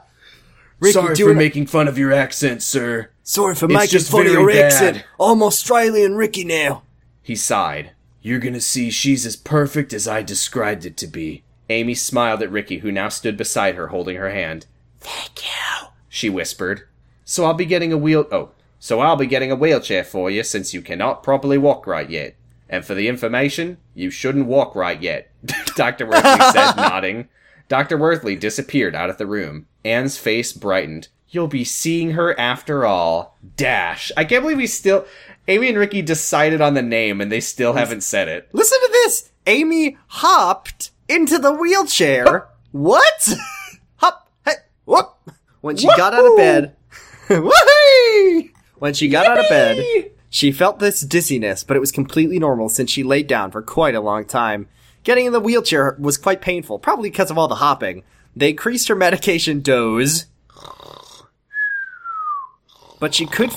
[SPEAKER 2] Ricky,
[SPEAKER 1] Sorry
[SPEAKER 2] do
[SPEAKER 1] for
[SPEAKER 2] it-
[SPEAKER 1] making fun of your accent, sir.
[SPEAKER 2] Sorry for
[SPEAKER 1] just very bad.
[SPEAKER 2] I'm Australian Ricky now.
[SPEAKER 1] He sighed. You're gonna see she's as perfect as I described it to be. Amy smiled at Ricky, who now stood beside her holding her hand.
[SPEAKER 3] Thank you.
[SPEAKER 1] She whispered. So I'll be getting a wheel oh, so I'll be getting a wheelchair for you since you cannot properly walk right yet. And for the information, you shouldn't walk right yet, Dr. Worthley said, nodding. Dr. Worthley disappeared out of the room. Anne's face brightened. You'll be seeing her after all. Dash. I can't believe we still Amy and Ricky decided on the name and they still haven't said it.
[SPEAKER 2] Listen to this. Amy hopped into the wheelchair What? Hop, hey, whoop. When she got out of bed, woohoo! When she got out of bed, she felt this dizziness, but it was completely normal since she laid down for quite a long time. Getting in the wheelchair was quite painful, probably because of all the hopping. They increased her medication dose, but she could.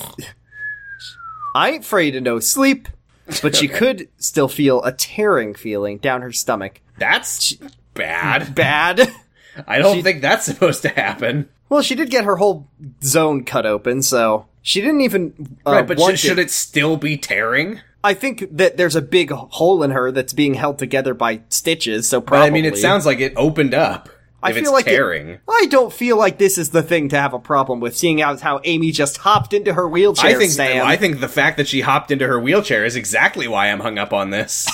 [SPEAKER 2] I ain't afraid of no sleep, but she could still feel a tearing feeling down her stomach.
[SPEAKER 1] That's bad.
[SPEAKER 2] Bad.
[SPEAKER 1] I don't think that's supposed to happen.
[SPEAKER 2] Well, she did get her whole zone cut open, so she didn't even. Uh,
[SPEAKER 1] Right, but
[SPEAKER 2] want
[SPEAKER 1] should, should
[SPEAKER 2] it-
[SPEAKER 1] it still be tearing?
[SPEAKER 2] I think that there's a big hole in her that's being held together by stitches. So
[SPEAKER 1] But
[SPEAKER 2] probably.
[SPEAKER 1] I mean, it sounds like it opened up.
[SPEAKER 2] I
[SPEAKER 1] if
[SPEAKER 2] feel
[SPEAKER 1] it's
[SPEAKER 2] like it-
[SPEAKER 1] tearing.
[SPEAKER 2] I don't feel like this is the thing to have a problem with, seeing as how Amy just hopped into her wheelchair.
[SPEAKER 1] I think
[SPEAKER 2] Sam.
[SPEAKER 1] I think the fact that she hopped into her wheelchair is exactly why I'm hung up on this.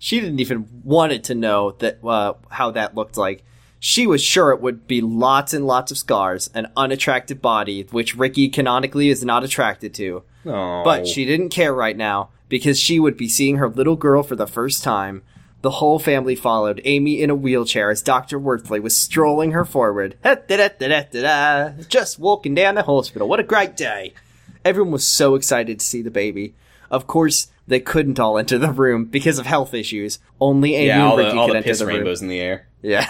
[SPEAKER 2] she didn't even wanted to know that uh, how that looked like. She was sure it would be lots and lots of scars, an unattractive body, which Ricky canonically is not attracted to.
[SPEAKER 1] Oh.
[SPEAKER 2] But she didn't care right now because she would be seeing her little girl for the first time. The whole family followed Amy in a wheelchair as Dr. Worthley was strolling her forward. Ha-da-da-da-da-da-da. Just walking down the hospital. What a great day. Everyone was so excited to see the baby. Of course, they couldn't all enter the room because of health issues. Only Amy
[SPEAKER 1] yeah,
[SPEAKER 2] and
[SPEAKER 1] all
[SPEAKER 2] Ricky
[SPEAKER 1] the, all
[SPEAKER 2] could
[SPEAKER 1] the
[SPEAKER 2] enter
[SPEAKER 1] piss
[SPEAKER 2] the room.
[SPEAKER 1] rainbows in the air.
[SPEAKER 2] Yeah.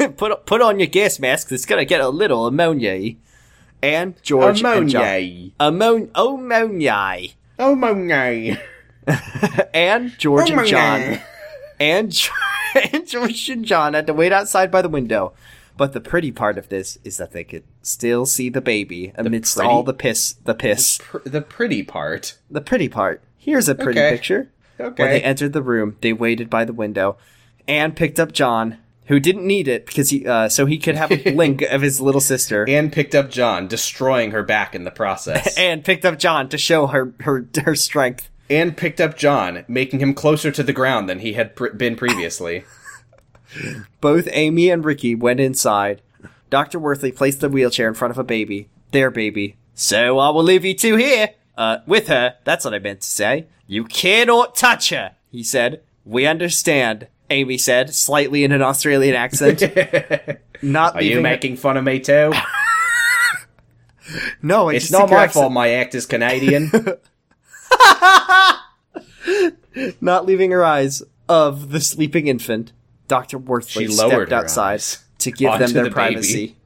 [SPEAKER 2] put, put on your gas masks. It's going to get a little ammonia And George and John. Ammon- ammonia.
[SPEAKER 1] Ammonia.
[SPEAKER 2] and George and
[SPEAKER 1] Ammonia.
[SPEAKER 2] John and, Jo- and George and John had to wait outside by the window. But the pretty part of this is that they could still see the baby amidst
[SPEAKER 1] pretty-
[SPEAKER 2] all the piss. The piss.
[SPEAKER 1] Pr- the pretty part.
[SPEAKER 2] The pretty part. Here's a pretty
[SPEAKER 1] Okay.
[SPEAKER 2] picture. When they
[SPEAKER 1] Okay.
[SPEAKER 2] entered the room, they waited by the window. and picked up John, who didn't need it because he, uh, so he could have a blink of his little sister.
[SPEAKER 1] Anne picked up John, destroying her back in the process.
[SPEAKER 2] And picked up John to show her her her strength.
[SPEAKER 1] Anne picked up John, making him closer to the ground than he had pr- been previously.
[SPEAKER 2] Both Amy and Ricky went inside. Dr. Worthley placed the wheelchair in front of a baby, their baby. So I will leave you two here. Uh, with her, that's what I meant to say. You cannot touch her, he said. We understand, Amy said, slightly in an Australian accent. not
[SPEAKER 1] Are you
[SPEAKER 2] leaving her-
[SPEAKER 1] making fun of me too?
[SPEAKER 2] No,
[SPEAKER 1] It's not my fault my act is Canadian.
[SPEAKER 2] Not leaving her eyes of the sleeping infant. Dr. Worthley
[SPEAKER 1] She lowered
[SPEAKER 2] stepped
[SPEAKER 1] her
[SPEAKER 2] outside
[SPEAKER 1] eyes
[SPEAKER 2] to give them
[SPEAKER 1] onto
[SPEAKER 2] their
[SPEAKER 1] the baby.
[SPEAKER 2] privacy.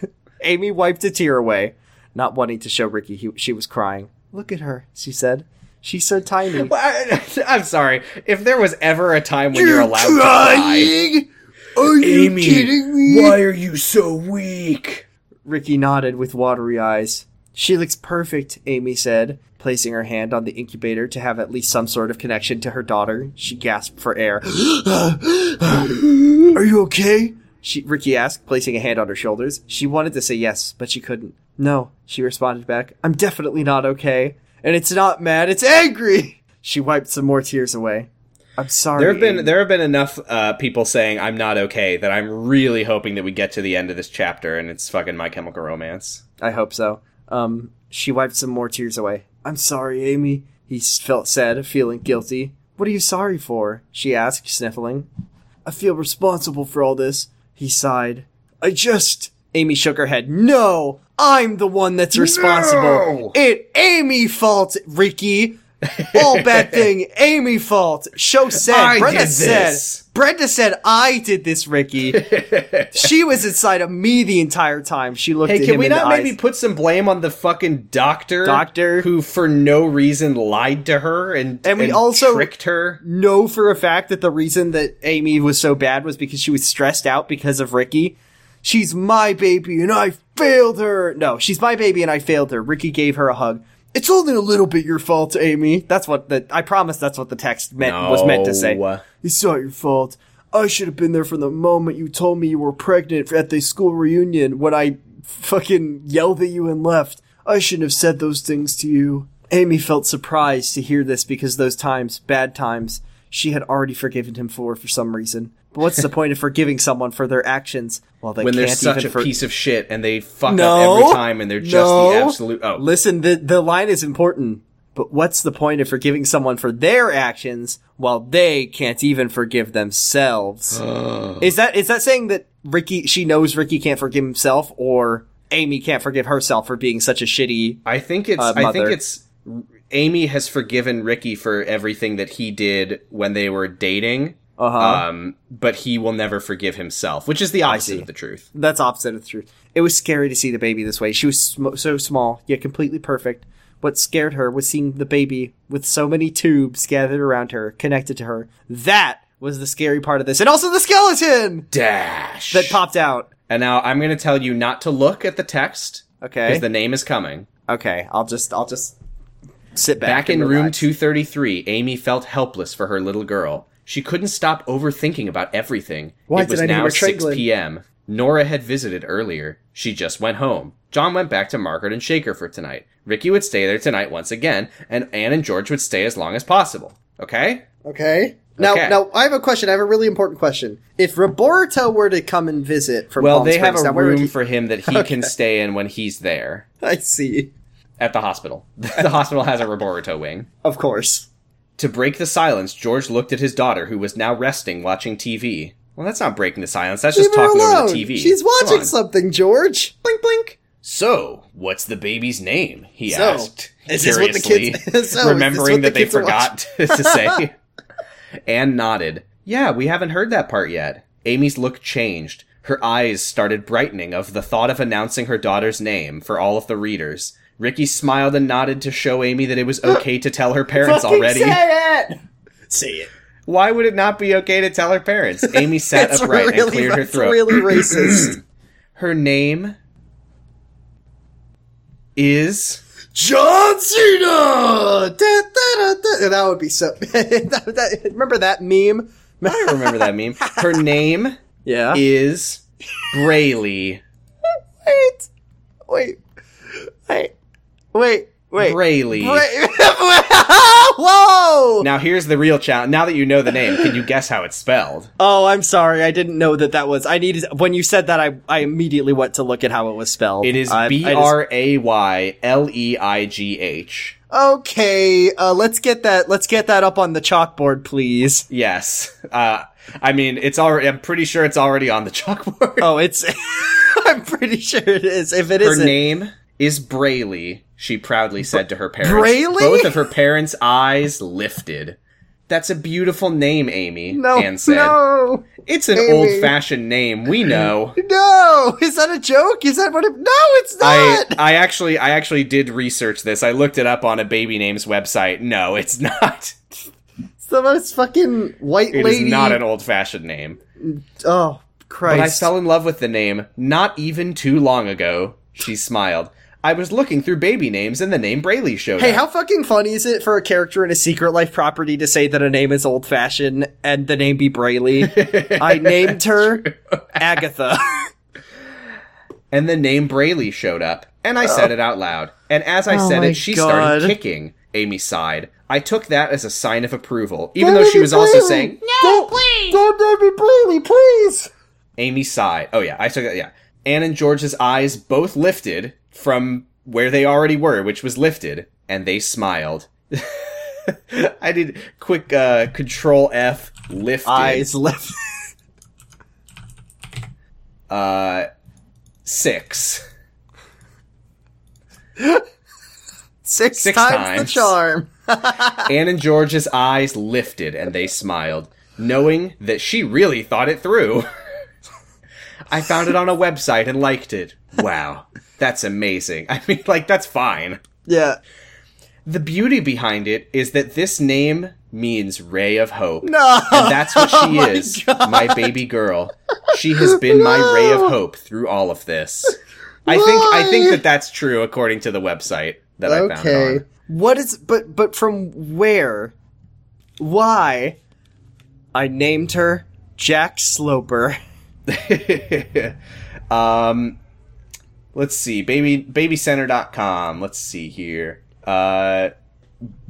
[SPEAKER 2] Amy wiped a tear away, not wanting to show Ricky he, she was crying. Look at her, she said. She's so tiny.
[SPEAKER 1] Well, I, I'm sorry. If there was ever a time when you're allowed to cry,
[SPEAKER 2] Are you
[SPEAKER 1] why are you so weak?
[SPEAKER 2] Ricky nodded with watery eyes. She looks perfect, Amy said, placing her hand on the incubator to have at least some sort of connection to her daughter. She gasped for air. Are you okay? She, Ricky asked, placing a hand on her shoulders. She wanted to say yes, but she couldn't. No, she responded back. I'm definitely not okay. And it's not mad, it's angry! She wiped some more tears away. I'm sorry.
[SPEAKER 1] There have
[SPEAKER 2] Amy.
[SPEAKER 1] been there have been enough uh, people saying I'm not okay that I'm really hoping that we get to the end of this chapter and it's fucking My Chemical Romance.
[SPEAKER 2] I hope so. Um, she wiped some more tears away. I'm sorry, Amy. He s- felt sad, feeling guilty. What are you sorry for? She asked, sniffling. I feel responsible for all this. He sighed. I just. Amy shook her head. No, I'm the one that's responsible.
[SPEAKER 1] No!
[SPEAKER 2] It Amy fault, Ricky. All bad thing, Amy fault. Show said.
[SPEAKER 1] I
[SPEAKER 2] Brenda
[SPEAKER 1] did
[SPEAKER 2] said.
[SPEAKER 1] this.
[SPEAKER 2] Brenda said I did this, Ricky. she was inside of me the entire time. She looked
[SPEAKER 1] Hey,
[SPEAKER 2] at
[SPEAKER 1] can
[SPEAKER 2] him
[SPEAKER 1] we
[SPEAKER 2] in
[SPEAKER 1] not
[SPEAKER 2] the
[SPEAKER 1] maybe
[SPEAKER 2] eyes.
[SPEAKER 1] put some blame on the fucking doctor,
[SPEAKER 2] Doctor?
[SPEAKER 1] who for no reason lied to her and
[SPEAKER 2] And we also-
[SPEAKER 1] tricked her?
[SPEAKER 2] know for a fact that the reason that Amy was so bad was because she was stressed out because of Ricky. She's my baby and I failed her. No, she's my baby and I failed her. Ricky gave her a hug. It's only a little bit your fault, Amy. That's what the I promise that's what the text meant was meant to say.
[SPEAKER 1] No.
[SPEAKER 2] It's not your fault. I should have been there from the moment you told me you were pregnant at the school reunion when I fucking yelled at you and left. I shouldn't have said those things to you. Amy felt surprised to hear this because those times, bad times, she had already forgiven him for for some reason. But what's the point of forgiving someone for their actions while they
[SPEAKER 1] When they're
[SPEAKER 2] can't
[SPEAKER 1] such
[SPEAKER 2] even
[SPEAKER 1] a
[SPEAKER 2] for-
[SPEAKER 1] piece of shit and they fuck
[SPEAKER 2] No.
[SPEAKER 1] up every time and they're just
[SPEAKER 2] No.
[SPEAKER 1] the absolute. Oh,
[SPEAKER 2] Listen, the the line is important. But what's the point of forgiving someone for their actions while they can't even forgive themselves? is that is that saying that Ricky she knows Ricky can't forgive himself or Amy can't forgive herself for being such a shitty
[SPEAKER 1] I think it's.
[SPEAKER 2] Uh,
[SPEAKER 1] I think
[SPEAKER 2] mother.
[SPEAKER 1] it's. Amy has forgiven Ricky for everything that he did when they were dating.
[SPEAKER 2] Uh-huh.
[SPEAKER 1] Um, but he will never forgive himself, which is the opposite
[SPEAKER 2] see.
[SPEAKER 1] of the truth.
[SPEAKER 2] That's opposite of the truth. It was scary to see the baby this way. She was sm- so small, yet completely perfect. What scared her was seeing the baby with so many tubes gathered around her, connected to her. That was the scary part of this. And also the skeleton
[SPEAKER 1] Dash.
[SPEAKER 2] that popped out.
[SPEAKER 1] and now I'm going to tell you not to look at the text because
[SPEAKER 2] Okay.
[SPEAKER 1] the name is coming.
[SPEAKER 2] okay, I'll just I'll just sit back.
[SPEAKER 1] Back in
[SPEAKER 2] and
[SPEAKER 1] room
[SPEAKER 2] relax.
[SPEAKER 1] 233, Amy felt helpless for her little girl. She couldn't stop overthinking about everything.
[SPEAKER 2] Why
[SPEAKER 1] it was
[SPEAKER 2] did I name
[SPEAKER 1] now
[SPEAKER 2] her
[SPEAKER 1] 6
[SPEAKER 2] Tringlin?
[SPEAKER 1] p.m. Nora had visited earlier. She just went home. John went back to Margaret and Shaker for tonight. Ricky would stay there tonight once again, and Anne and George would stay as long as possible. Okay?
[SPEAKER 2] Okay. Now,
[SPEAKER 1] Okay.
[SPEAKER 2] now I have a question. I have a really important question. If Roberto were to come and visit from
[SPEAKER 1] Well,
[SPEAKER 2] Palm
[SPEAKER 1] they have
[SPEAKER 2] Springs,
[SPEAKER 1] a
[SPEAKER 2] now where would
[SPEAKER 1] room
[SPEAKER 2] he-
[SPEAKER 1] for him that he can stay in when he's there
[SPEAKER 2] I see.
[SPEAKER 1] at the hospital. the hospital has a Roborito wing.
[SPEAKER 2] Of course.
[SPEAKER 1] To break the silence, George looked at his daughter, who was now resting watching TV. Well, that's not breaking the silence. That's just
[SPEAKER 2] Leave her
[SPEAKER 1] talking over
[SPEAKER 2] alone.
[SPEAKER 1] the TV.
[SPEAKER 2] She's
[SPEAKER 1] Come
[SPEAKER 2] watching
[SPEAKER 1] on.
[SPEAKER 2] something, George.
[SPEAKER 1] Blink, blink. So, what's the baby's name? He
[SPEAKER 2] So,
[SPEAKER 1] asked
[SPEAKER 2] is this what the
[SPEAKER 1] curiously,
[SPEAKER 2] kids- so, is this
[SPEAKER 1] remembering
[SPEAKER 2] what
[SPEAKER 1] that
[SPEAKER 2] the
[SPEAKER 1] they
[SPEAKER 2] kids are
[SPEAKER 1] forgot to say. Anne nodded. Yeah, we haven't heard that part yet. Amy's look changed. Her eyes started brightening of the thought of announcing her daughter's name for all of the readers. Ricky smiled and nodded to show Amy that it was okay to tell her parents
[SPEAKER 2] Fucking
[SPEAKER 1] already.
[SPEAKER 2] Say it. Say it.
[SPEAKER 1] Why would it not be okay to tell her parents? Amy sat
[SPEAKER 2] That's
[SPEAKER 1] upright
[SPEAKER 2] really,
[SPEAKER 1] and cleared her
[SPEAKER 2] that's
[SPEAKER 1] throat.
[SPEAKER 2] really racist.
[SPEAKER 1] Her name is
[SPEAKER 2] John Cena. Da, da, da, da. That would be so. that, that- remember that meme?
[SPEAKER 1] I don't remember that meme. Her name
[SPEAKER 2] Yeah.
[SPEAKER 1] is Brayley.
[SPEAKER 2] Wait. Wait. Wait. Wait. Wait.
[SPEAKER 1] Brayley.
[SPEAKER 2] Wait. Whoa!
[SPEAKER 1] Now here's the real challenge. Now that you know the name, can you guess how it's spelled?
[SPEAKER 2] Oh, I'm sorry. I didn't know that that was. I needed when you said that. I I immediately went to look at how it was spelled.
[SPEAKER 1] It is
[SPEAKER 2] I- I
[SPEAKER 1] B
[SPEAKER 2] just-
[SPEAKER 1] R A Y L E I G H.
[SPEAKER 2] Okay, uh, let's get that. Let's get that up on the chalkboard, please.
[SPEAKER 1] Yes. Uh, I mean, it's already. I'm pretty sure it's already on the chalkboard.
[SPEAKER 2] Oh, it's. I'm pretty sure it is. If it
[SPEAKER 1] Her
[SPEAKER 2] isn't,
[SPEAKER 1] name is Brayley, she proudly said to her parents.
[SPEAKER 2] Brayley?
[SPEAKER 1] Both of her parents' eyes lifted. That's a beautiful name, Amy,
[SPEAKER 2] no,
[SPEAKER 1] Anne said.
[SPEAKER 2] no,
[SPEAKER 1] It's an
[SPEAKER 2] Amy.
[SPEAKER 1] old fashioned name, we know.
[SPEAKER 2] no. Is that a joke? Is that what? It, no, it's
[SPEAKER 1] I,
[SPEAKER 2] not.
[SPEAKER 1] I actually I actually did research this. I looked it up on a baby names website. No, it's not.
[SPEAKER 2] it's the most fucking white
[SPEAKER 1] It is
[SPEAKER 2] lady.
[SPEAKER 1] not an old fashioned name.
[SPEAKER 2] oh
[SPEAKER 1] But I
[SPEAKER 2] Christ!
[SPEAKER 1] fell in love with the name not even too long ago. She smiled. I was looking through baby names and the name Brayley showed
[SPEAKER 2] hey,
[SPEAKER 1] up.
[SPEAKER 2] how fucking funny is it for a character in a Secret Life property to say that a name is old fashioned and the name be Brayley? I named her Agatha.
[SPEAKER 1] and the name Brayley showed up, and I said it out loud. And as I said
[SPEAKER 2] Oh my
[SPEAKER 1] it, she started
[SPEAKER 2] God.
[SPEAKER 1] kicking. Amy sighed. I took that as a sign of approval, even
[SPEAKER 2] Don't
[SPEAKER 1] though
[SPEAKER 2] let
[SPEAKER 1] she
[SPEAKER 2] me
[SPEAKER 1] was also
[SPEAKER 2] blame.
[SPEAKER 1] saying,
[SPEAKER 3] No, please.
[SPEAKER 2] Don't name me Brayley, please.
[SPEAKER 1] Amy sighed. Oh, yeah, I took that, yeah. Anne and George's eyes both lifted from where they already were, which was lifted, and they smiled. I did quick uh, control F, lifted.
[SPEAKER 2] Eyes left.
[SPEAKER 1] Uh, six.
[SPEAKER 2] Six,
[SPEAKER 1] Six
[SPEAKER 2] times,
[SPEAKER 1] times.
[SPEAKER 2] the charm.
[SPEAKER 1] Anne and George's eyes lifted and they smiled, knowing that she really thought it through. I found it on a website and liked it. Wow, that's amazing. I mean, like, that's fine.
[SPEAKER 2] Yeah.
[SPEAKER 1] The beauty behind it is that this name means ray of hope.
[SPEAKER 2] No. Oh
[SPEAKER 1] And that's what she
[SPEAKER 2] my
[SPEAKER 1] is, my baby girl. She has been my ray of hope through all of this. I think I think
[SPEAKER 2] Why?
[SPEAKER 1] that that's true according to the website that I found it
[SPEAKER 2] okay.
[SPEAKER 1] on.
[SPEAKER 2] What is but but from where? Why? I named her Jack Sloper.
[SPEAKER 1] um, let's see, baby babycenter.com. Let's see here. Uh,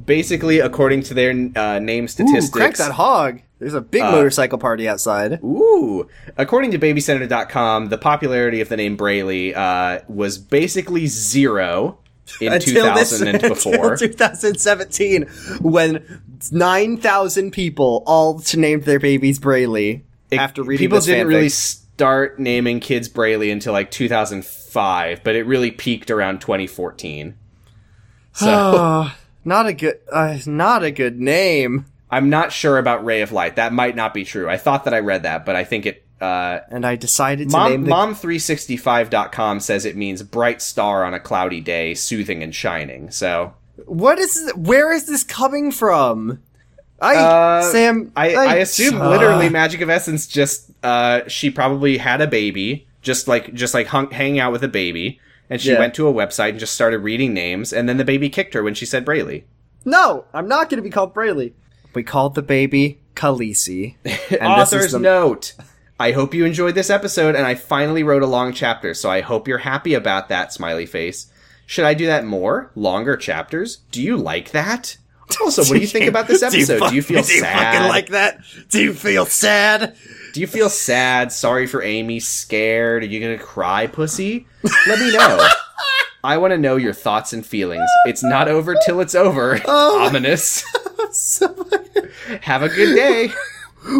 [SPEAKER 1] basically, according to their uh, name
[SPEAKER 2] Ooh,
[SPEAKER 1] statistics,
[SPEAKER 2] crank that hog. There's a big motorcycle party outside.
[SPEAKER 1] Ooh. According to BabyCenter.com, the popularity of the name Brayley uh, was basically zero in 2000 and before.
[SPEAKER 2] until 2017, when 9,000 people all t- named their babies Braley
[SPEAKER 1] It-
[SPEAKER 2] after reading
[SPEAKER 1] people
[SPEAKER 2] this
[SPEAKER 1] didn't
[SPEAKER 2] fanfic.
[SPEAKER 1] really start naming kids Braley until like 2005, but it really peaked around 2014. So
[SPEAKER 2] Ah, not a good, uh, not a good name.
[SPEAKER 1] I'm not sure about Ray of Light. That might not be true. I thought that I read that, but I think it. Uh,
[SPEAKER 2] And I decided to name
[SPEAKER 1] Mom,
[SPEAKER 2] the
[SPEAKER 1] Mom365.com says it means bright star on a cloudy day, soothing and shining. So
[SPEAKER 2] What is? Where is this coming from? I
[SPEAKER 1] Uh,
[SPEAKER 2] Sam.
[SPEAKER 1] I, I assume
[SPEAKER 2] uh,
[SPEAKER 1] literally Magic of Essence just uh, she probably had a baby, just like just like hung, hanging out with a baby, and she
[SPEAKER 2] Yeah.
[SPEAKER 1] went to a website and just started reading names, and then the baby kicked her when she said Braley.
[SPEAKER 2] No, I'm not going to be called Braley. We called the baby Khaleesi. And this is
[SPEAKER 1] Author's
[SPEAKER 2] the-
[SPEAKER 1] note. I hope you enjoyed this episode, and I finally wrote a long chapter, so I hope you're happy about that, smiley face. Should I do that more? Longer chapters? Do you like that? Also, what do you think about this episode? Do you,
[SPEAKER 2] fuck-
[SPEAKER 1] feel
[SPEAKER 2] do you
[SPEAKER 1] sad?
[SPEAKER 2] fucking like that? Do you feel sad?
[SPEAKER 1] Do you feel sad, sorry for Amy, scared? Are you gonna cry, pussy? Let me know. I want to know your thoughts and feelings. It's not over till it's over. Ominous.
[SPEAKER 2] Oh So-
[SPEAKER 1] Have a good day.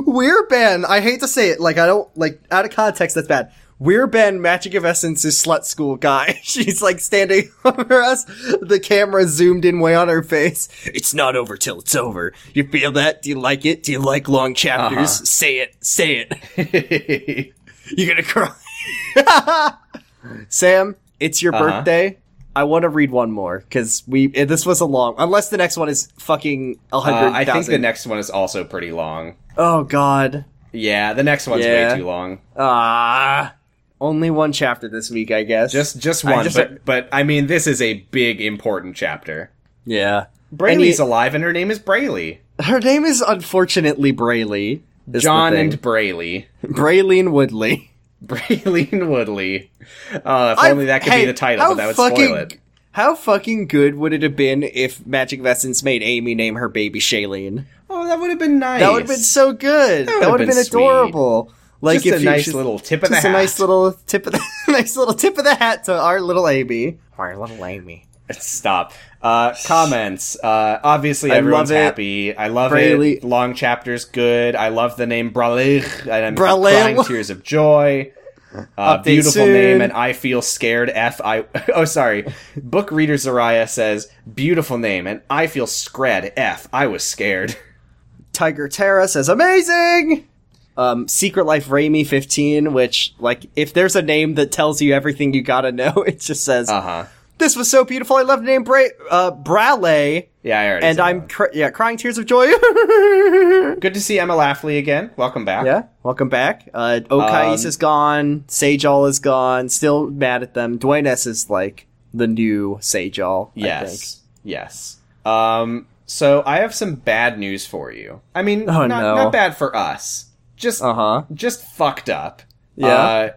[SPEAKER 2] We're Ben. I hate to say it. Like I don't like out of context. That's bad. We're Ben. Magic of Essence's slut school guy. She's like standing over us. The camera zoomed in way on her face. It's not over till it's over. You feel that? Do you like it? Do you like long chapters?
[SPEAKER 1] Uh-huh.
[SPEAKER 2] Say it. Say it. You're gonna cry. Sam, it's your
[SPEAKER 1] Uh-huh.
[SPEAKER 2] birthday. I want to read one more because we. eh, This was a long. Unless the next one is fucking a
[SPEAKER 1] Uh,
[SPEAKER 2] hundred.
[SPEAKER 1] I think the
[SPEAKER 2] thousand.
[SPEAKER 1] next one is also pretty long.
[SPEAKER 2] Oh God.
[SPEAKER 1] Yeah, the next one's
[SPEAKER 2] Yeah.
[SPEAKER 1] way too long.
[SPEAKER 2] Ah, only one chapter this week, I guess.
[SPEAKER 1] Just just
[SPEAKER 2] I
[SPEAKER 1] one,
[SPEAKER 2] just-
[SPEAKER 1] but but I mean, this is a big important chapter.
[SPEAKER 2] yeah.
[SPEAKER 1] Braley's
[SPEAKER 2] you-
[SPEAKER 1] alive, and her name is Braley.
[SPEAKER 2] Her name is unfortunately Brayley. is the
[SPEAKER 1] John
[SPEAKER 2] thing.
[SPEAKER 1] and Braley.
[SPEAKER 2] Braylene Woodley.
[SPEAKER 1] Braylene Woodley. Uh, if only that could
[SPEAKER 2] Hey,
[SPEAKER 1] be the title,
[SPEAKER 2] how
[SPEAKER 1] but that would
[SPEAKER 2] fucking,
[SPEAKER 1] spoil it.
[SPEAKER 2] How fucking good would it have been if Magic of Essence made Amy name her baby Shailene?
[SPEAKER 1] Oh, that would have been nice.
[SPEAKER 2] That would have been so good. That,
[SPEAKER 1] would've
[SPEAKER 2] would have
[SPEAKER 1] been
[SPEAKER 2] been,
[SPEAKER 1] sweet.
[SPEAKER 2] adorable. Like
[SPEAKER 1] just
[SPEAKER 2] if
[SPEAKER 1] a
[SPEAKER 2] you
[SPEAKER 1] nice
[SPEAKER 2] just-
[SPEAKER 1] little tip of the
[SPEAKER 2] just
[SPEAKER 1] hat.
[SPEAKER 2] a nice little tip of the nice little tip of the hat to our little Amy. Our little Amy.
[SPEAKER 1] Stop. Uh, comments. Uh, obviously,
[SPEAKER 2] I
[SPEAKER 1] everyone's
[SPEAKER 2] love it.
[SPEAKER 1] happy. I love
[SPEAKER 2] Braley-
[SPEAKER 1] it. Long chapters, good. I love the name Bralich, and I'm
[SPEAKER 2] Bralich.
[SPEAKER 1] crying tears of joy. Uh,
[SPEAKER 2] Update
[SPEAKER 1] beautiful
[SPEAKER 2] soon.
[SPEAKER 1] name, and I feel scared. F I. Oh, sorry. Book reader Zariah says, "Beautiful name, and I feel scred." F. I was scared.
[SPEAKER 2] Tiger Terra says amazing. Um, Secret Life Raimi 15, which like if there's a name that tells you everything you gotta know, it just says
[SPEAKER 1] Uh huh.
[SPEAKER 2] this was so beautiful. I love the name Bra- uh, Braley,
[SPEAKER 1] Yeah, I already.
[SPEAKER 2] and
[SPEAKER 1] said
[SPEAKER 2] I'm
[SPEAKER 1] that.
[SPEAKER 2] cr- yeah crying tears of joy.
[SPEAKER 1] good to see Emma Laughley again. Welcome back.
[SPEAKER 2] yeah, welcome back. Uh, Okais
[SPEAKER 1] Um,
[SPEAKER 2] is gone. Sajal is gone. Still mad at them. Dwayne S is like the new Sajal. I think.
[SPEAKER 1] Yes. Yes. Um, so I have some bad news for you. I mean,
[SPEAKER 2] Oh,
[SPEAKER 1] not,
[SPEAKER 2] no.
[SPEAKER 1] not bad for us. Just,
[SPEAKER 2] Uh huh.
[SPEAKER 1] just fucked up.
[SPEAKER 2] Yeah.
[SPEAKER 1] Uh,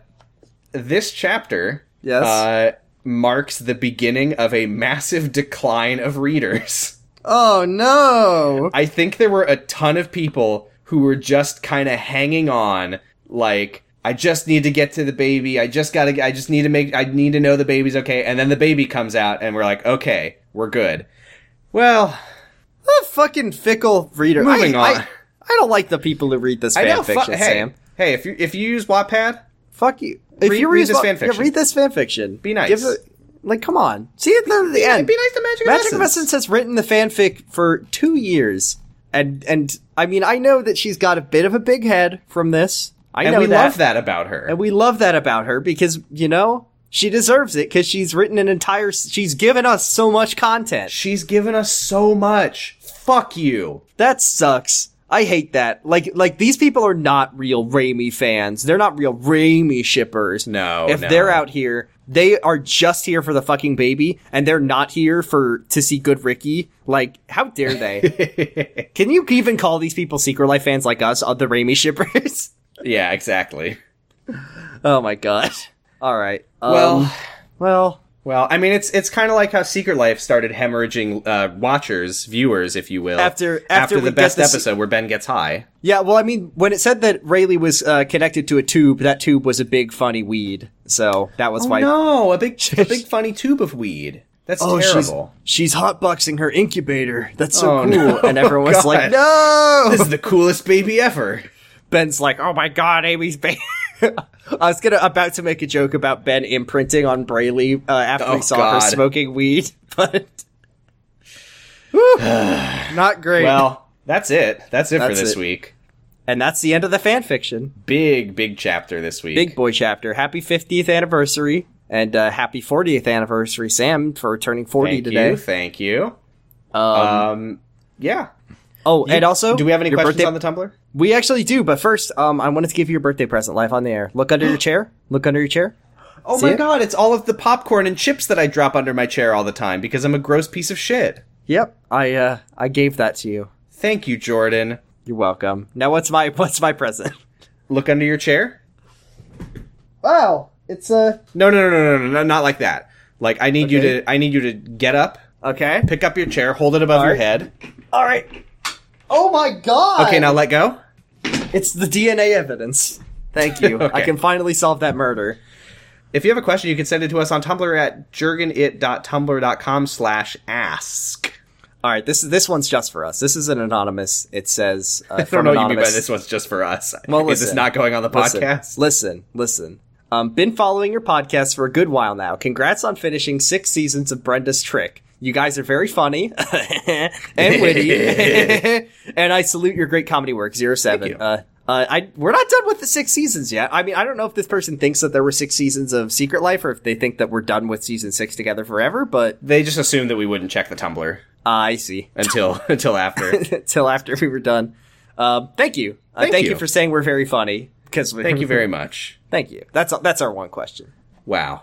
[SPEAKER 1] this chapter,
[SPEAKER 2] Yes.
[SPEAKER 1] uh, marks the beginning of a massive decline of readers.
[SPEAKER 2] oh no.
[SPEAKER 1] I think there were a ton of people who were just kind of hanging on, like, I just need to get to the baby. I just gotta, I just need to make, I need to know the baby's okay. And then the baby comes out and we're like, okay, we're good. Well,
[SPEAKER 2] a fucking fickle reader.
[SPEAKER 1] Moving
[SPEAKER 2] I,
[SPEAKER 1] on.
[SPEAKER 2] I, I don't like the people who read this
[SPEAKER 1] I know,
[SPEAKER 2] fan fiction,
[SPEAKER 1] fu- hey,
[SPEAKER 2] Sam.
[SPEAKER 1] hey, if you, if you use Wattpad,
[SPEAKER 2] Fuck you. If
[SPEAKER 1] Read-
[SPEAKER 2] you
[SPEAKER 1] read this
[SPEAKER 2] well,
[SPEAKER 1] fan
[SPEAKER 2] yeah,
[SPEAKER 1] fiction.
[SPEAKER 2] read this fan fiction.
[SPEAKER 1] Be nice.
[SPEAKER 2] it- like, come on. See it at the end.
[SPEAKER 1] it'd be nice to Magic,
[SPEAKER 2] Magic of Essence has written the fanfic for two years, and and I mean, I know that she's got a bit of a big head from this. I
[SPEAKER 1] And
[SPEAKER 2] know
[SPEAKER 1] we
[SPEAKER 2] that.
[SPEAKER 1] love that about her.
[SPEAKER 2] And we love that about her because, you know, she deserves it because she's written an entire, s- she's given us so much content.
[SPEAKER 1] She's given us so much. Fuck you.
[SPEAKER 2] That sucks. I hate that. Like, like these people are not real Raimi fans. They're not real Raimi shippers.
[SPEAKER 1] No,
[SPEAKER 2] If
[SPEAKER 1] no.
[SPEAKER 2] they're out here, they are just here for the fucking baby, and they're not here for to see good Ricky. Like, how dare they? Can you even call these people Secret Life fans like us, uh, the Raimi shippers?
[SPEAKER 1] Yeah, exactly.
[SPEAKER 2] oh my god. All right. Um,
[SPEAKER 1] Well-
[SPEAKER 2] well,
[SPEAKER 1] Well, I mean, it's it's kind of like how Secret Life started hemorrhaging uh, watchers, viewers, if you will,
[SPEAKER 2] After- after we
[SPEAKER 1] the
[SPEAKER 2] get
[SPEAKER 1] best
[SPEAKER 2] the se-
[SPEAKER 1] episode where Ben gets high.
[SPEAKER 2] yeah. Well, I mean, when it said that Rayleigh was uh, connected to a tube, that
[SPEAKER 1] Oh,
[SPEAKER 2] tube was a big funny weed. So that was why.
[SPEAKER 1] no, a big a big funny tube of weed. That's
[SPEAKER 2] oh,
[SPEAKER 1] terrible.
[SPEAKER 2] she's she's hotboxing her incubator. That's so cool.
[SPEAKER 1] Oh, no.
[SPEAKER 2] And everyone's
[SPEAKER 1] God.
[SPEAKER 2] like, no.
[SPEAKER 1] This is the coolest baby ever.
[SPEAKER 2] Ben's like, oh my god, Amy's baby. I was gonna about to make a joke about Ben imprinting on Braley uh, after
[SPEAKER 1] Oh,
[SPEAKER 2] he saw her
[SPEAKER 1] God.
[SPEAKER 2] smoking weed, but not great.
[SPEAKER 1] Well, that's it. That's it
[SPEAKER 2] That's
[SPEAKER 1] for this
[SPEAKER 2] it.
[SPEAKER 1] week.
[SPEAKER 2] and that's the end of the fan fiction.
[SPEAKER 1] Big, big chapter this week.
[SPEAKER 2] Big boy chapter. Happy 50th anniversary and uh, happy 40th anniversary, Sam, for turning 40
[SPEAKER 1] thank
[SPEAKER 2] today.
[SPEAKER 1] you. Thank you.
[SPEAKER 2] Um,
[SPEAKER 1] Um, yeah.
[SPEAKER 2] oh, and also,
[SPEAKER 1] do we have any
[SPEAKER 2] your
[SPEAKER 1] questions
[SPEAKER 2] birthday-
[SPEAKER 1] on the Tumblr?
[SPEAKER 2] We actually do, but first, um, I wanted to give you your birthday present live on the air. Look under your chair. Look under your chair.
[SPEAKER 1] Oh
[SPEAKER 2] See
[SPEAKER 1] my
[SPEAKER 2] it?
[SPEAKER 1] god, it's all of the popcorn and chips that I drop under my chair all the time because I'm a gross piece of shit.
[SPEAKER 2] Yep, I uh, I gave that to you.
[SPEAKER 1] Thank you, Jordan.
[SPEAKER 2] You're welcome. Now, what's my what's my present?
[SPEAKER 1] Look under your chair.
[SPEAKER 2] Wow, it's a
[SPEAKER 1] No, no, no, no, no, no, no, not like that. Like I need you
[SPEAKER 2] Okay.
[SPEAKER 1] to I need you to get up,
[SPEAKER 2] okay.
[SPEAKER 1] pick up your chair, hold it above your
[SPEAKER 2] right.
[SPEAKER 1] head.
[SPEAKER 2] All right. Oh my god.
[SPEAKER 1] Okay, now let go.
[SPEAKER 2] it's the DNA evidence. Thank you. I
[SPEAKER 1] Okay.
[SPEAKER 2] can finally solve that murder.
[SPEAKER 1] If you have a question, you can send it to us on Tumblr at jurgenit.tumblr.com slash ask.
[SPEAKER 2] All right, this is this one's just for us. This is an anonymous. It says uh,
[SPEAKER 1] I don't know what you mean by this one's just for us.
[SPEAKER 2] Well,
[SPEAKER 1] Is this
[SPEAKER 2] listen.
[SPEAKER 1] not going on the podcast?
[SPEAKER 2] Listen, listen. Um, been following your podcast for a good while now. Congrats on finishing six seasons of Brenda's Trick. You guys are very funny and witty, and I salute your great comedy work. Zero seven.
[SPEAKER 1] you.
[SPEAKER 2] Uh, uh, I we're not done with the six seasons yet. I mean, I don't know if this person thinks that there were six seasons of Secret Life, or if they think that we're done with season six together forever. But
[SPEAKER 1] They just assumed that we wouldn't check the Tumblr
[SPEAKER 2] uh, I see.
[SPEAKER 1] until until after.
[SPEAKER 2] Till after we were done. Um, thank you. Uh,
[SPEAKER 1] Thank
[SPEAKER 2] thank you.
[SPEAKER 1] you.
[SPEAKER 2] for saying we're very funny. Because
[SPEAKER 1] Thank you very much.
[SPEAKER 2] Thank you. That's that's our one question.
[SPEAKER 1] Wow.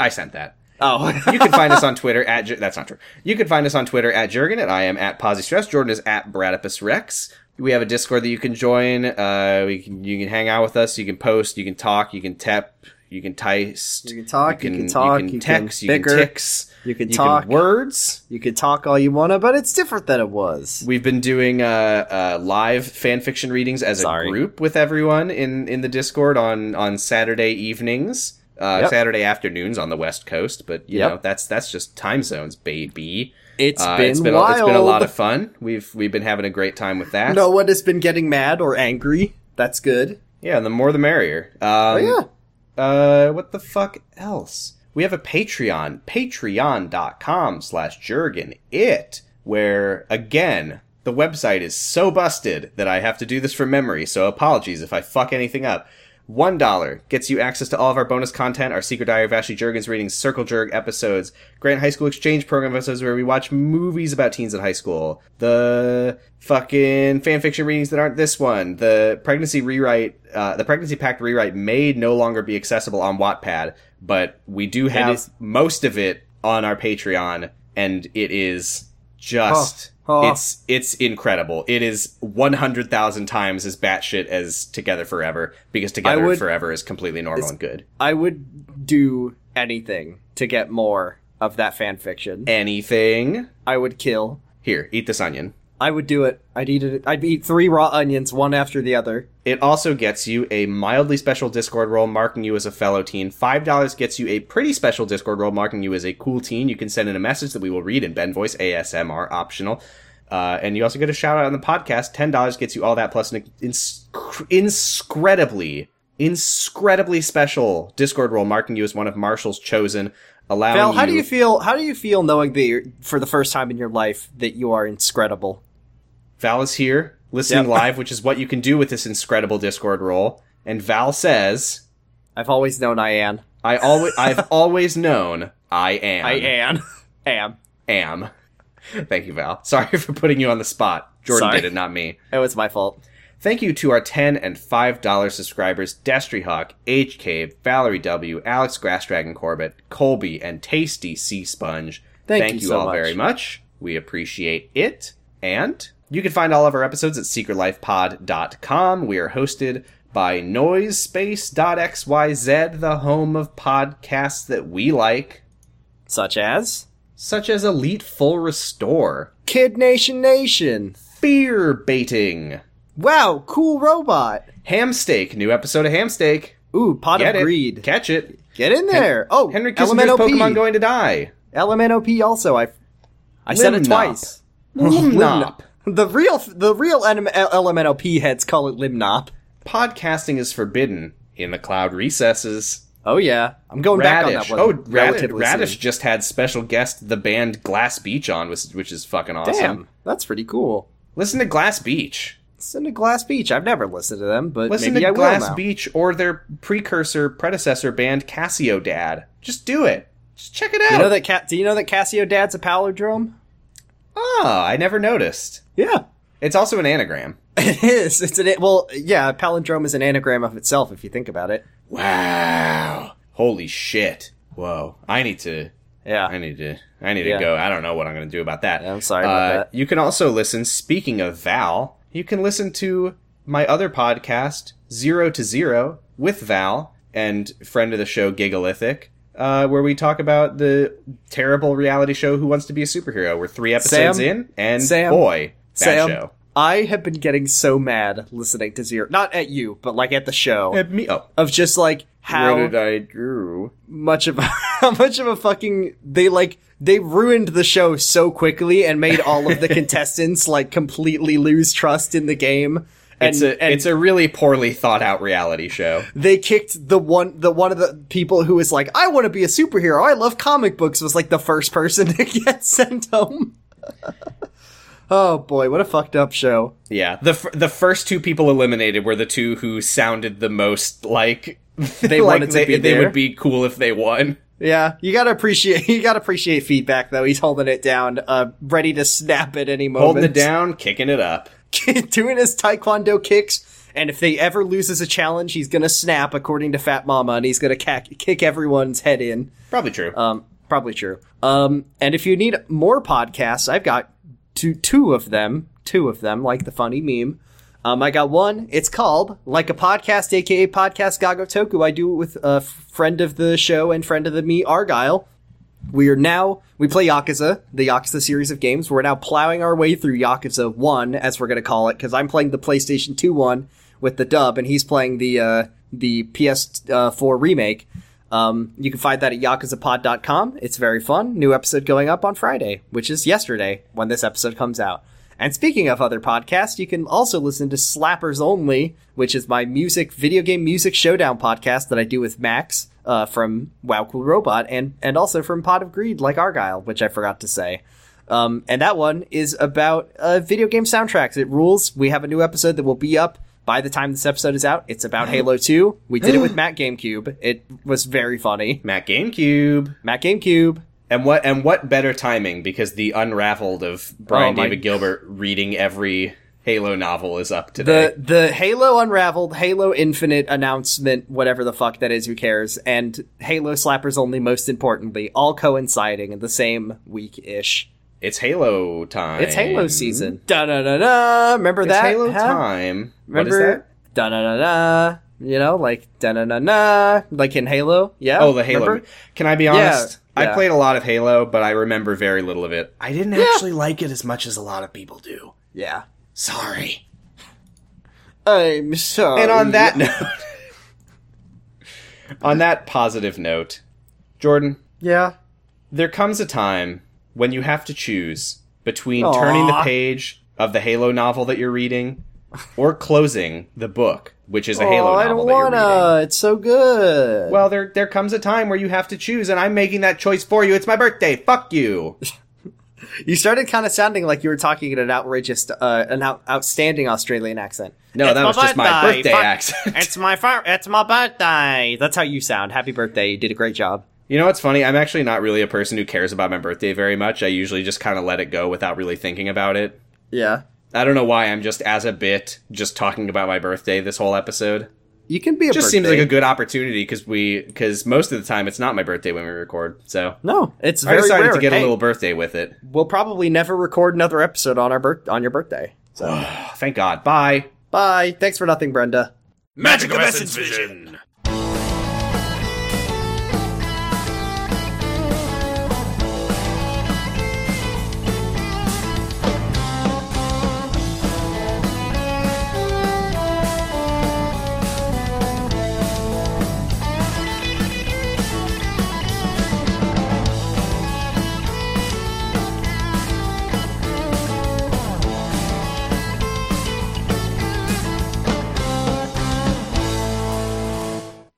[SPEAKER 1] I sent that.
[SPEAKER 2] Oh,
[SPEAKER 1] You can find us on Twitter at Ju- that's not true. You can find us on Twitter at Jurgen and I am at Posy Stress. Jordan is at Bradipus Rex. We have a Discord that you can join. Uh, we can, you can hang out with us. You can post. You can talk. You can tap. You can text.
[SPEAKER 2] You can talk, you can talk,
[SPEAKER 1] You
[SPEAKER 2] you can
[SPEAKER 1] can text. You can
[SPEAKER 2] bicker,
[SPEAKER 1] ticks.
[SPEAKER 2] you can talk.
[SPEAKER 1] words.
[SPEAKER 2] you can talk all you wanna, but it's different than it was.
[SPEAKER 1] We've been doing uh, uh, live fan fiction readings as
[SPEAKER 2] Sorry.
[SPEAKER 1] a group with everyone in, in the Discord on, on Saturday evenings, uh,
[SPEAKER 2] Yep.
[SPEAKER 1] Saturday afternoons on the West Coast. But you
[SPEAKER 2] Yep.
[SPEAKER 1] know that's that's just time zones, baby.
[SPEAKER 2] It's
[SPEAKER 1] Uh,
[SPEAKER 2] been
[SPEAKER 1] it's been
[SPEAKER 2] wild.
[SPEAKER 1] A, it's been a lot of fun. We've we've been having a great time with that.
[SPEAKER 2] no one has been getting mad or angry. That's good.
[SPEAKER 1] yeah, and the more the merrier. Um,
[SPEAKER 2] Oh yeah.
[SPEAKER 1] Uh, what the fuck else? We have a Patreon, patreon.com slash Jurgen It, where, again, the website is so busted that I have to do this from memory, so apologies if I fuck anything up. $1 gets you access to all of our bonus content, our Secret Diary of Ashley Jurgens readings, Circle Jerk episodes, Grant High School Exchange Program episodes where we watch movies about teens at high school, the fucking fan fiction readings that aren't this one, the pregnancy rewrite, uh, the pregnancy pact rewrite may no longer be accessible on Wattpad, but we do have
[SPEAKER 2] is-
[SPEAKER 1] most of it on our Patreon, and it is just.
[SPEAKER 2] Oh, oh.
[SPEAKER 1] It's it's incredible. It is one hundred thousand times as batshit as Together Forever because Together
[SPEAKER 2] would-
[SPEAKER 1] Forever is completely normal and good.
[SPEAKER 2] I would do anything to get more of that fan fiction.
[SPEAKER 1] Anything
[SPEAKER 2] I would kill.
[SPEAKER 1] here? Eat this onion.
[SPEAKER 2] I would do it. I'd eat it. I'd eat three raw onions, one after the other.
[SPEAKER 1] It also gets you a mildly special Discord role marking you as a fellow teen. $5 gets you a pretty special Discord role marking you as a cool teen. You can send in a message that we will read in Ben Voice, ASMR optional. Uh, and you also get a shout out on the podcast. $10 gets you all that plus an ins- incredibly, incredibly special Discord role marking you as one of Marshall's chosen. Allowing
[SPEAKER 2] Val, how do you feel? How do you feel knowing that you're, for the first time in your life that you are inscredible?
[SPEAKER 1] Val is here, listening
[SPEAKER 2] Yep.
[SPEAKER 1] live, which is what you can do with this incredible Discord role. And Val says,
[SPEAKER 2] I've always known I am.
[SPEAKER 1] I always I've always known I am
[SPEAKER 2] I am. am.
[SPEAKER 1] am. Thank you, Val. Sorry for putting you on the spot. Jordan
[SPEAKER 2] Sorry.
[SPEAKER 1] did it, not me.
[SPEAKER 2] It was my fault.
[SPEAKER 1] Thank you to our ten and five dollar subscribers, Destry Hawk, H Cave, Valerie W, Alex Grass Dragon Corbett, Colby, and Tasty Sea Sponge.
[SPEAKER 2] Thank you so
[SPEAKER 1] all
[SPEAKER 2] much.
[SPEAKER 1] very much. We appreciate it. And you can find all of our episodes at secretlifepod.com. We are hosted by noisespace.xyz, the home of podcasts that we like.
[SPEAKER 2] Such as
[SPEAKER 1] such as Elite Full Restore,
[SPEAKER 2] Kid Nation Nation.
[SPEAKER 1] Fear Baiting,
[SPEAKER 2] Wow, cool robot.
[SPEAKER 1] Hamsteak, new episode of Hamsteak.
[SPEAKER 2] Ooh, pot
[SPEAKER 1] Get
[SPEAKER 2] of
[SPEAKER 1] it.
[SPEAKER 2] greed.
[SPEAKER 1] Catch it.
[SPEAKER 2] Get in there. oh,
[SPEAKER 1] Henry Kissinger's
[SPEAKER 2] Elemental
[SPEAKER 1] Pokemon going to die.
[SPEAKER 2] LMNOP also. I I said it
[SPEAKER 1] Limnop.
[SPEAKER 2] twice.
[SPEAKER 1] Limnop.
[SPEAKER 2] The real the real NM LMNOP heads call it Limnop.
[SPEAKER 1] Podcasting is forbidden in the cloud recesses.
[SPEAKER 2] Oh yeah, I'm going
[SPEAKER 1] Radish.
[SPEAKER 2] back on that
[SPEAKER 1] Oh,
[SPEAKER 2] one.
[SPEAKER 1] Radish,
[SPEAKER 2] relatively
[SPEAKER 1] Radish
[SPEAKER 2] soon.
[SPEAKER 1] just had special guest the band Glass Beach on, which, which is fucking awesome.
[SPEAKER 2] Damn, that's pretty cool.
[SPEAKER 1] Listen to Glass Beach.
[SPEAKER 2] Listen to Glass Beach. I've never listened to them, but
[SPEAKER 1] Listen
[SPEAKER 2] maybe
[SPEAKER 1] to
[SPEAKER 2] I
[SPEAKER 1] Glass
[SPEAKER 2] will now.
[SPEAKER 1] Beach or their precursor predecessor band Casio Dad. Just do it. Just check it out.
[SPEAKER 2] You know that? Ca- do you know that Casio Dad's a palindrome?
[SPEAKER 1] Ah, I never noticed.
[SPEAKER 2] Yeah,
[SPEAKER 1] It's also an anagram.
[SPEAKER 2] it is. It's an well, yeah. a Palindrome is an anagram of itself if you think about it.
[SPEAKER 1] Wow. Holy shit. Whoa. I need to
[SPEAKER 2] Yeah.
[SPEAKER 1] I need to I need
[SPEAKER 2] Yeah.
[SPEAKER 1] to go. I don't know what I'm going to do about that. Uh,
[SPEAKER 2] Yeah, I'm sorry about that.
[SPEAKER 1] You can also listen speaking of Val, you can listen to my other podcast 0 to 0 with Val and friend of the show Gigalithic. Uh, where we talk about the terrible reality show Who Wants to Be a Superhero. We're three episodes
[SPEAKER 2] Sam?
[SPEAKER 1] in, and
[SPEAKER 2] Sam?
[SPEAKER 1] boy, that
[SPEAKER 2] Sam,
[SPEAKER 1] show.
[SPEAKER 2] I have been getting so mad listening to Zero, not at you, but like at the show,
[SPEAKER 1] And me, oh,
[SPEAKER 2] of just like
[SPEAKER 1] where
[SPEAKER 2] how
[SPEAKER 1] did I do?
[SPEAKER 2] much of how much of a fucking they like they ruined the show so quickly and made all of the contestants like completely lose trust in the game. And,
[SPEAKER 1] It's a
[SPEAKER 2] and
[SPEAKER 1] it's a really poorly thought out reality show.
[SPEAKER 2] they kicked the one the one of the people who was like, I want to be a superhero. I love comic books was like the first person to get sent home. oh boy, what a fucked up show.
[SPEAKER 1] Yeah. The f- the first two people eliminated were the two who sounded the most like they
[SPEAKER 2] wanted to
[SPEAKER 1] they,
[SPEAKER 2] be
[SPEAKER 1] they
[SPEAKER 2] there.
[SPEAKER 1] would be cool if they won.
[SPEAKER 2] Yeah, you gotta appreciate you gotta appreciate feedback though. He's holding it down, uh, ready to snap at any moment.
[SPEAKER 1] Holding it down, kicking it up.
[SPEAKER 2] doing his taekwondo kicks, and if they ever loses a challenge, he's gonna snap according to Fat Mama, and he's gonna cack- kick everyone's head in.
[SPEAKER 1] Probably true.
[SPEAKER 2] Um, probably true. Um, and if you need more podcasts, I've got two two of them, two of them, like the funny meme. Um, I got one. It's called like a podcast, aka podcast Gagotoku. I do it with a friend of the show and friend of the me, Argyle. We are now we play Yakuza, the Yakuza series of games. We're now plowing our way through Yakuza One, as we're going to call it, because I'm playing the PlayStation Two one with the dub, and he's playing the uh, the PS4 remake. Um, you can find that at yakuzapod.com. It's very fun. New episode going up on Friday, which is yesterday when this episode comes out. And speaking of other podcasts, you can also listen to Slappers Only, which is my music, video game music showdown podcast that I do with Max uh, from Wow Cool Robot and, and also from Pot of Greed, like Argyle, which I forgot to say. Um, and that one is about uh, video game soundtracks. It rules. We have a new episode that will be up by the time this episode is out. It's about Halo 2. We did it with Matt GameCube. It was very funny.
[SPEAKER 1] Matt GameCube.
[SPEAKER 2] Matt GameCube.
[SPEAKER 1] And what and what better timing because the unraveled of Brian
[SPEAKER 2] Oh, my-
[SPEAKER 1] David Gilbert reading every Halo novel is up today.
[SPEAKER 2] The the Halo Unraveled, Halo Infinite announcement, whatever the fuck that is, who cares? And Halo Slappers only, most importantly, all coinciding in the same week ish.
[SPEAKER 1] it's Halo time.
[SPEAKER 2] It's Halo season. Da da da da. Remember
[SPEAKER 1] It's
[SPEAKER 2] that?
[SPEAKER 1] Halo
[SPEAKER 2] huh?
[SPEAKER 1] time.
[SPEAKER 2] Remember?
[SPEAKER 1] What is that?
[SPEAKER 2] Da da da da. You know, like da da da da, like in Halo. Yeah.
[SPEAKER 1] Oh, the Halo.
[SPEAKER 2] Remember?
[SPEAKER 1] Can I be
[SPEAKER 2] Yeah,
[SPEAKER 1] honest?
[SPEAKER 2] yeah.
[SPEAKER 1] I played a lot of Halo, but I remember very little of it.
[SPEAKER 3] I didn't actually like it as much as a lot of people do.
[SPEAKER 2] Yeah.
[SPEAKER 3] Sorry. Oh,
[SPEAKER 2] I'm sorry.
[SPEAKER 1] And on that note, on that positive note, Jordan,
[SPEAKER 2] yeah.
[SPEAKER 1] there comes a time when you have to choose between turning the
[SPEAKER 2] Aw.
[SPEAKER 1] page of the Halo novel that you're reading or closing the book, which is a Halo
[SPEAKER 2] oh,
[SPEAKER 1] novel
[SPEAKER 2] I don't
[SPEAKER 1] that you're reading.
[SPEAKER 2] wanna. It's so good.
[SPEAKER 1] Well, there there comes a time where you have to choose, and I'm making that choice for you. It's my birthday. Fuck you.
[SPEAKER 2] You started kind of sounding like you were talking in an outrageous, uh, an out- outstanding Australian accent.
[SPEAKER 1] No, that was just my birthday accent.
[SPEAKER 2] It's my far- It's my birthday. That's how you sound. Happy birthday! You did a great job.
[SPEAKER 1] You know what's funny? I'm actually not really a person who cares about my birthday very much. I usually just kind of let it go without really thinking about it.
[SPEAKER 2] Yeah,
[SPEAKER 1] I don't know why I'm just as a bit just talking about my birthday this whole episode.
[SPEAKER 2] you can be a.
[SPEAKER 1] Just
[SPEAKER 2] birthday.
[SPEAKER 1] seems like a good opportunity because we because most of the time it's not my birthday when we record. So
[SPEAKER 2] No, it's
[SPEAKER 1] I
[SPEAKER 2] very
[SPEAKER 1] decided
[SPEAKER 2] rare.
[SPEAKER 1] to get
[SPEAKER 2] Hey,
[SPEAKER 1] a little birthday with it.
[SPEAKER 2] We'll probably never record another episode on our birth on your birthday. So
[SPEAKER 1] Thank God. Bye.
[SPEAKER 2] bye. Thanks for nothing, Brenda.
[SPEAKER 4] Magic of Essence Vision.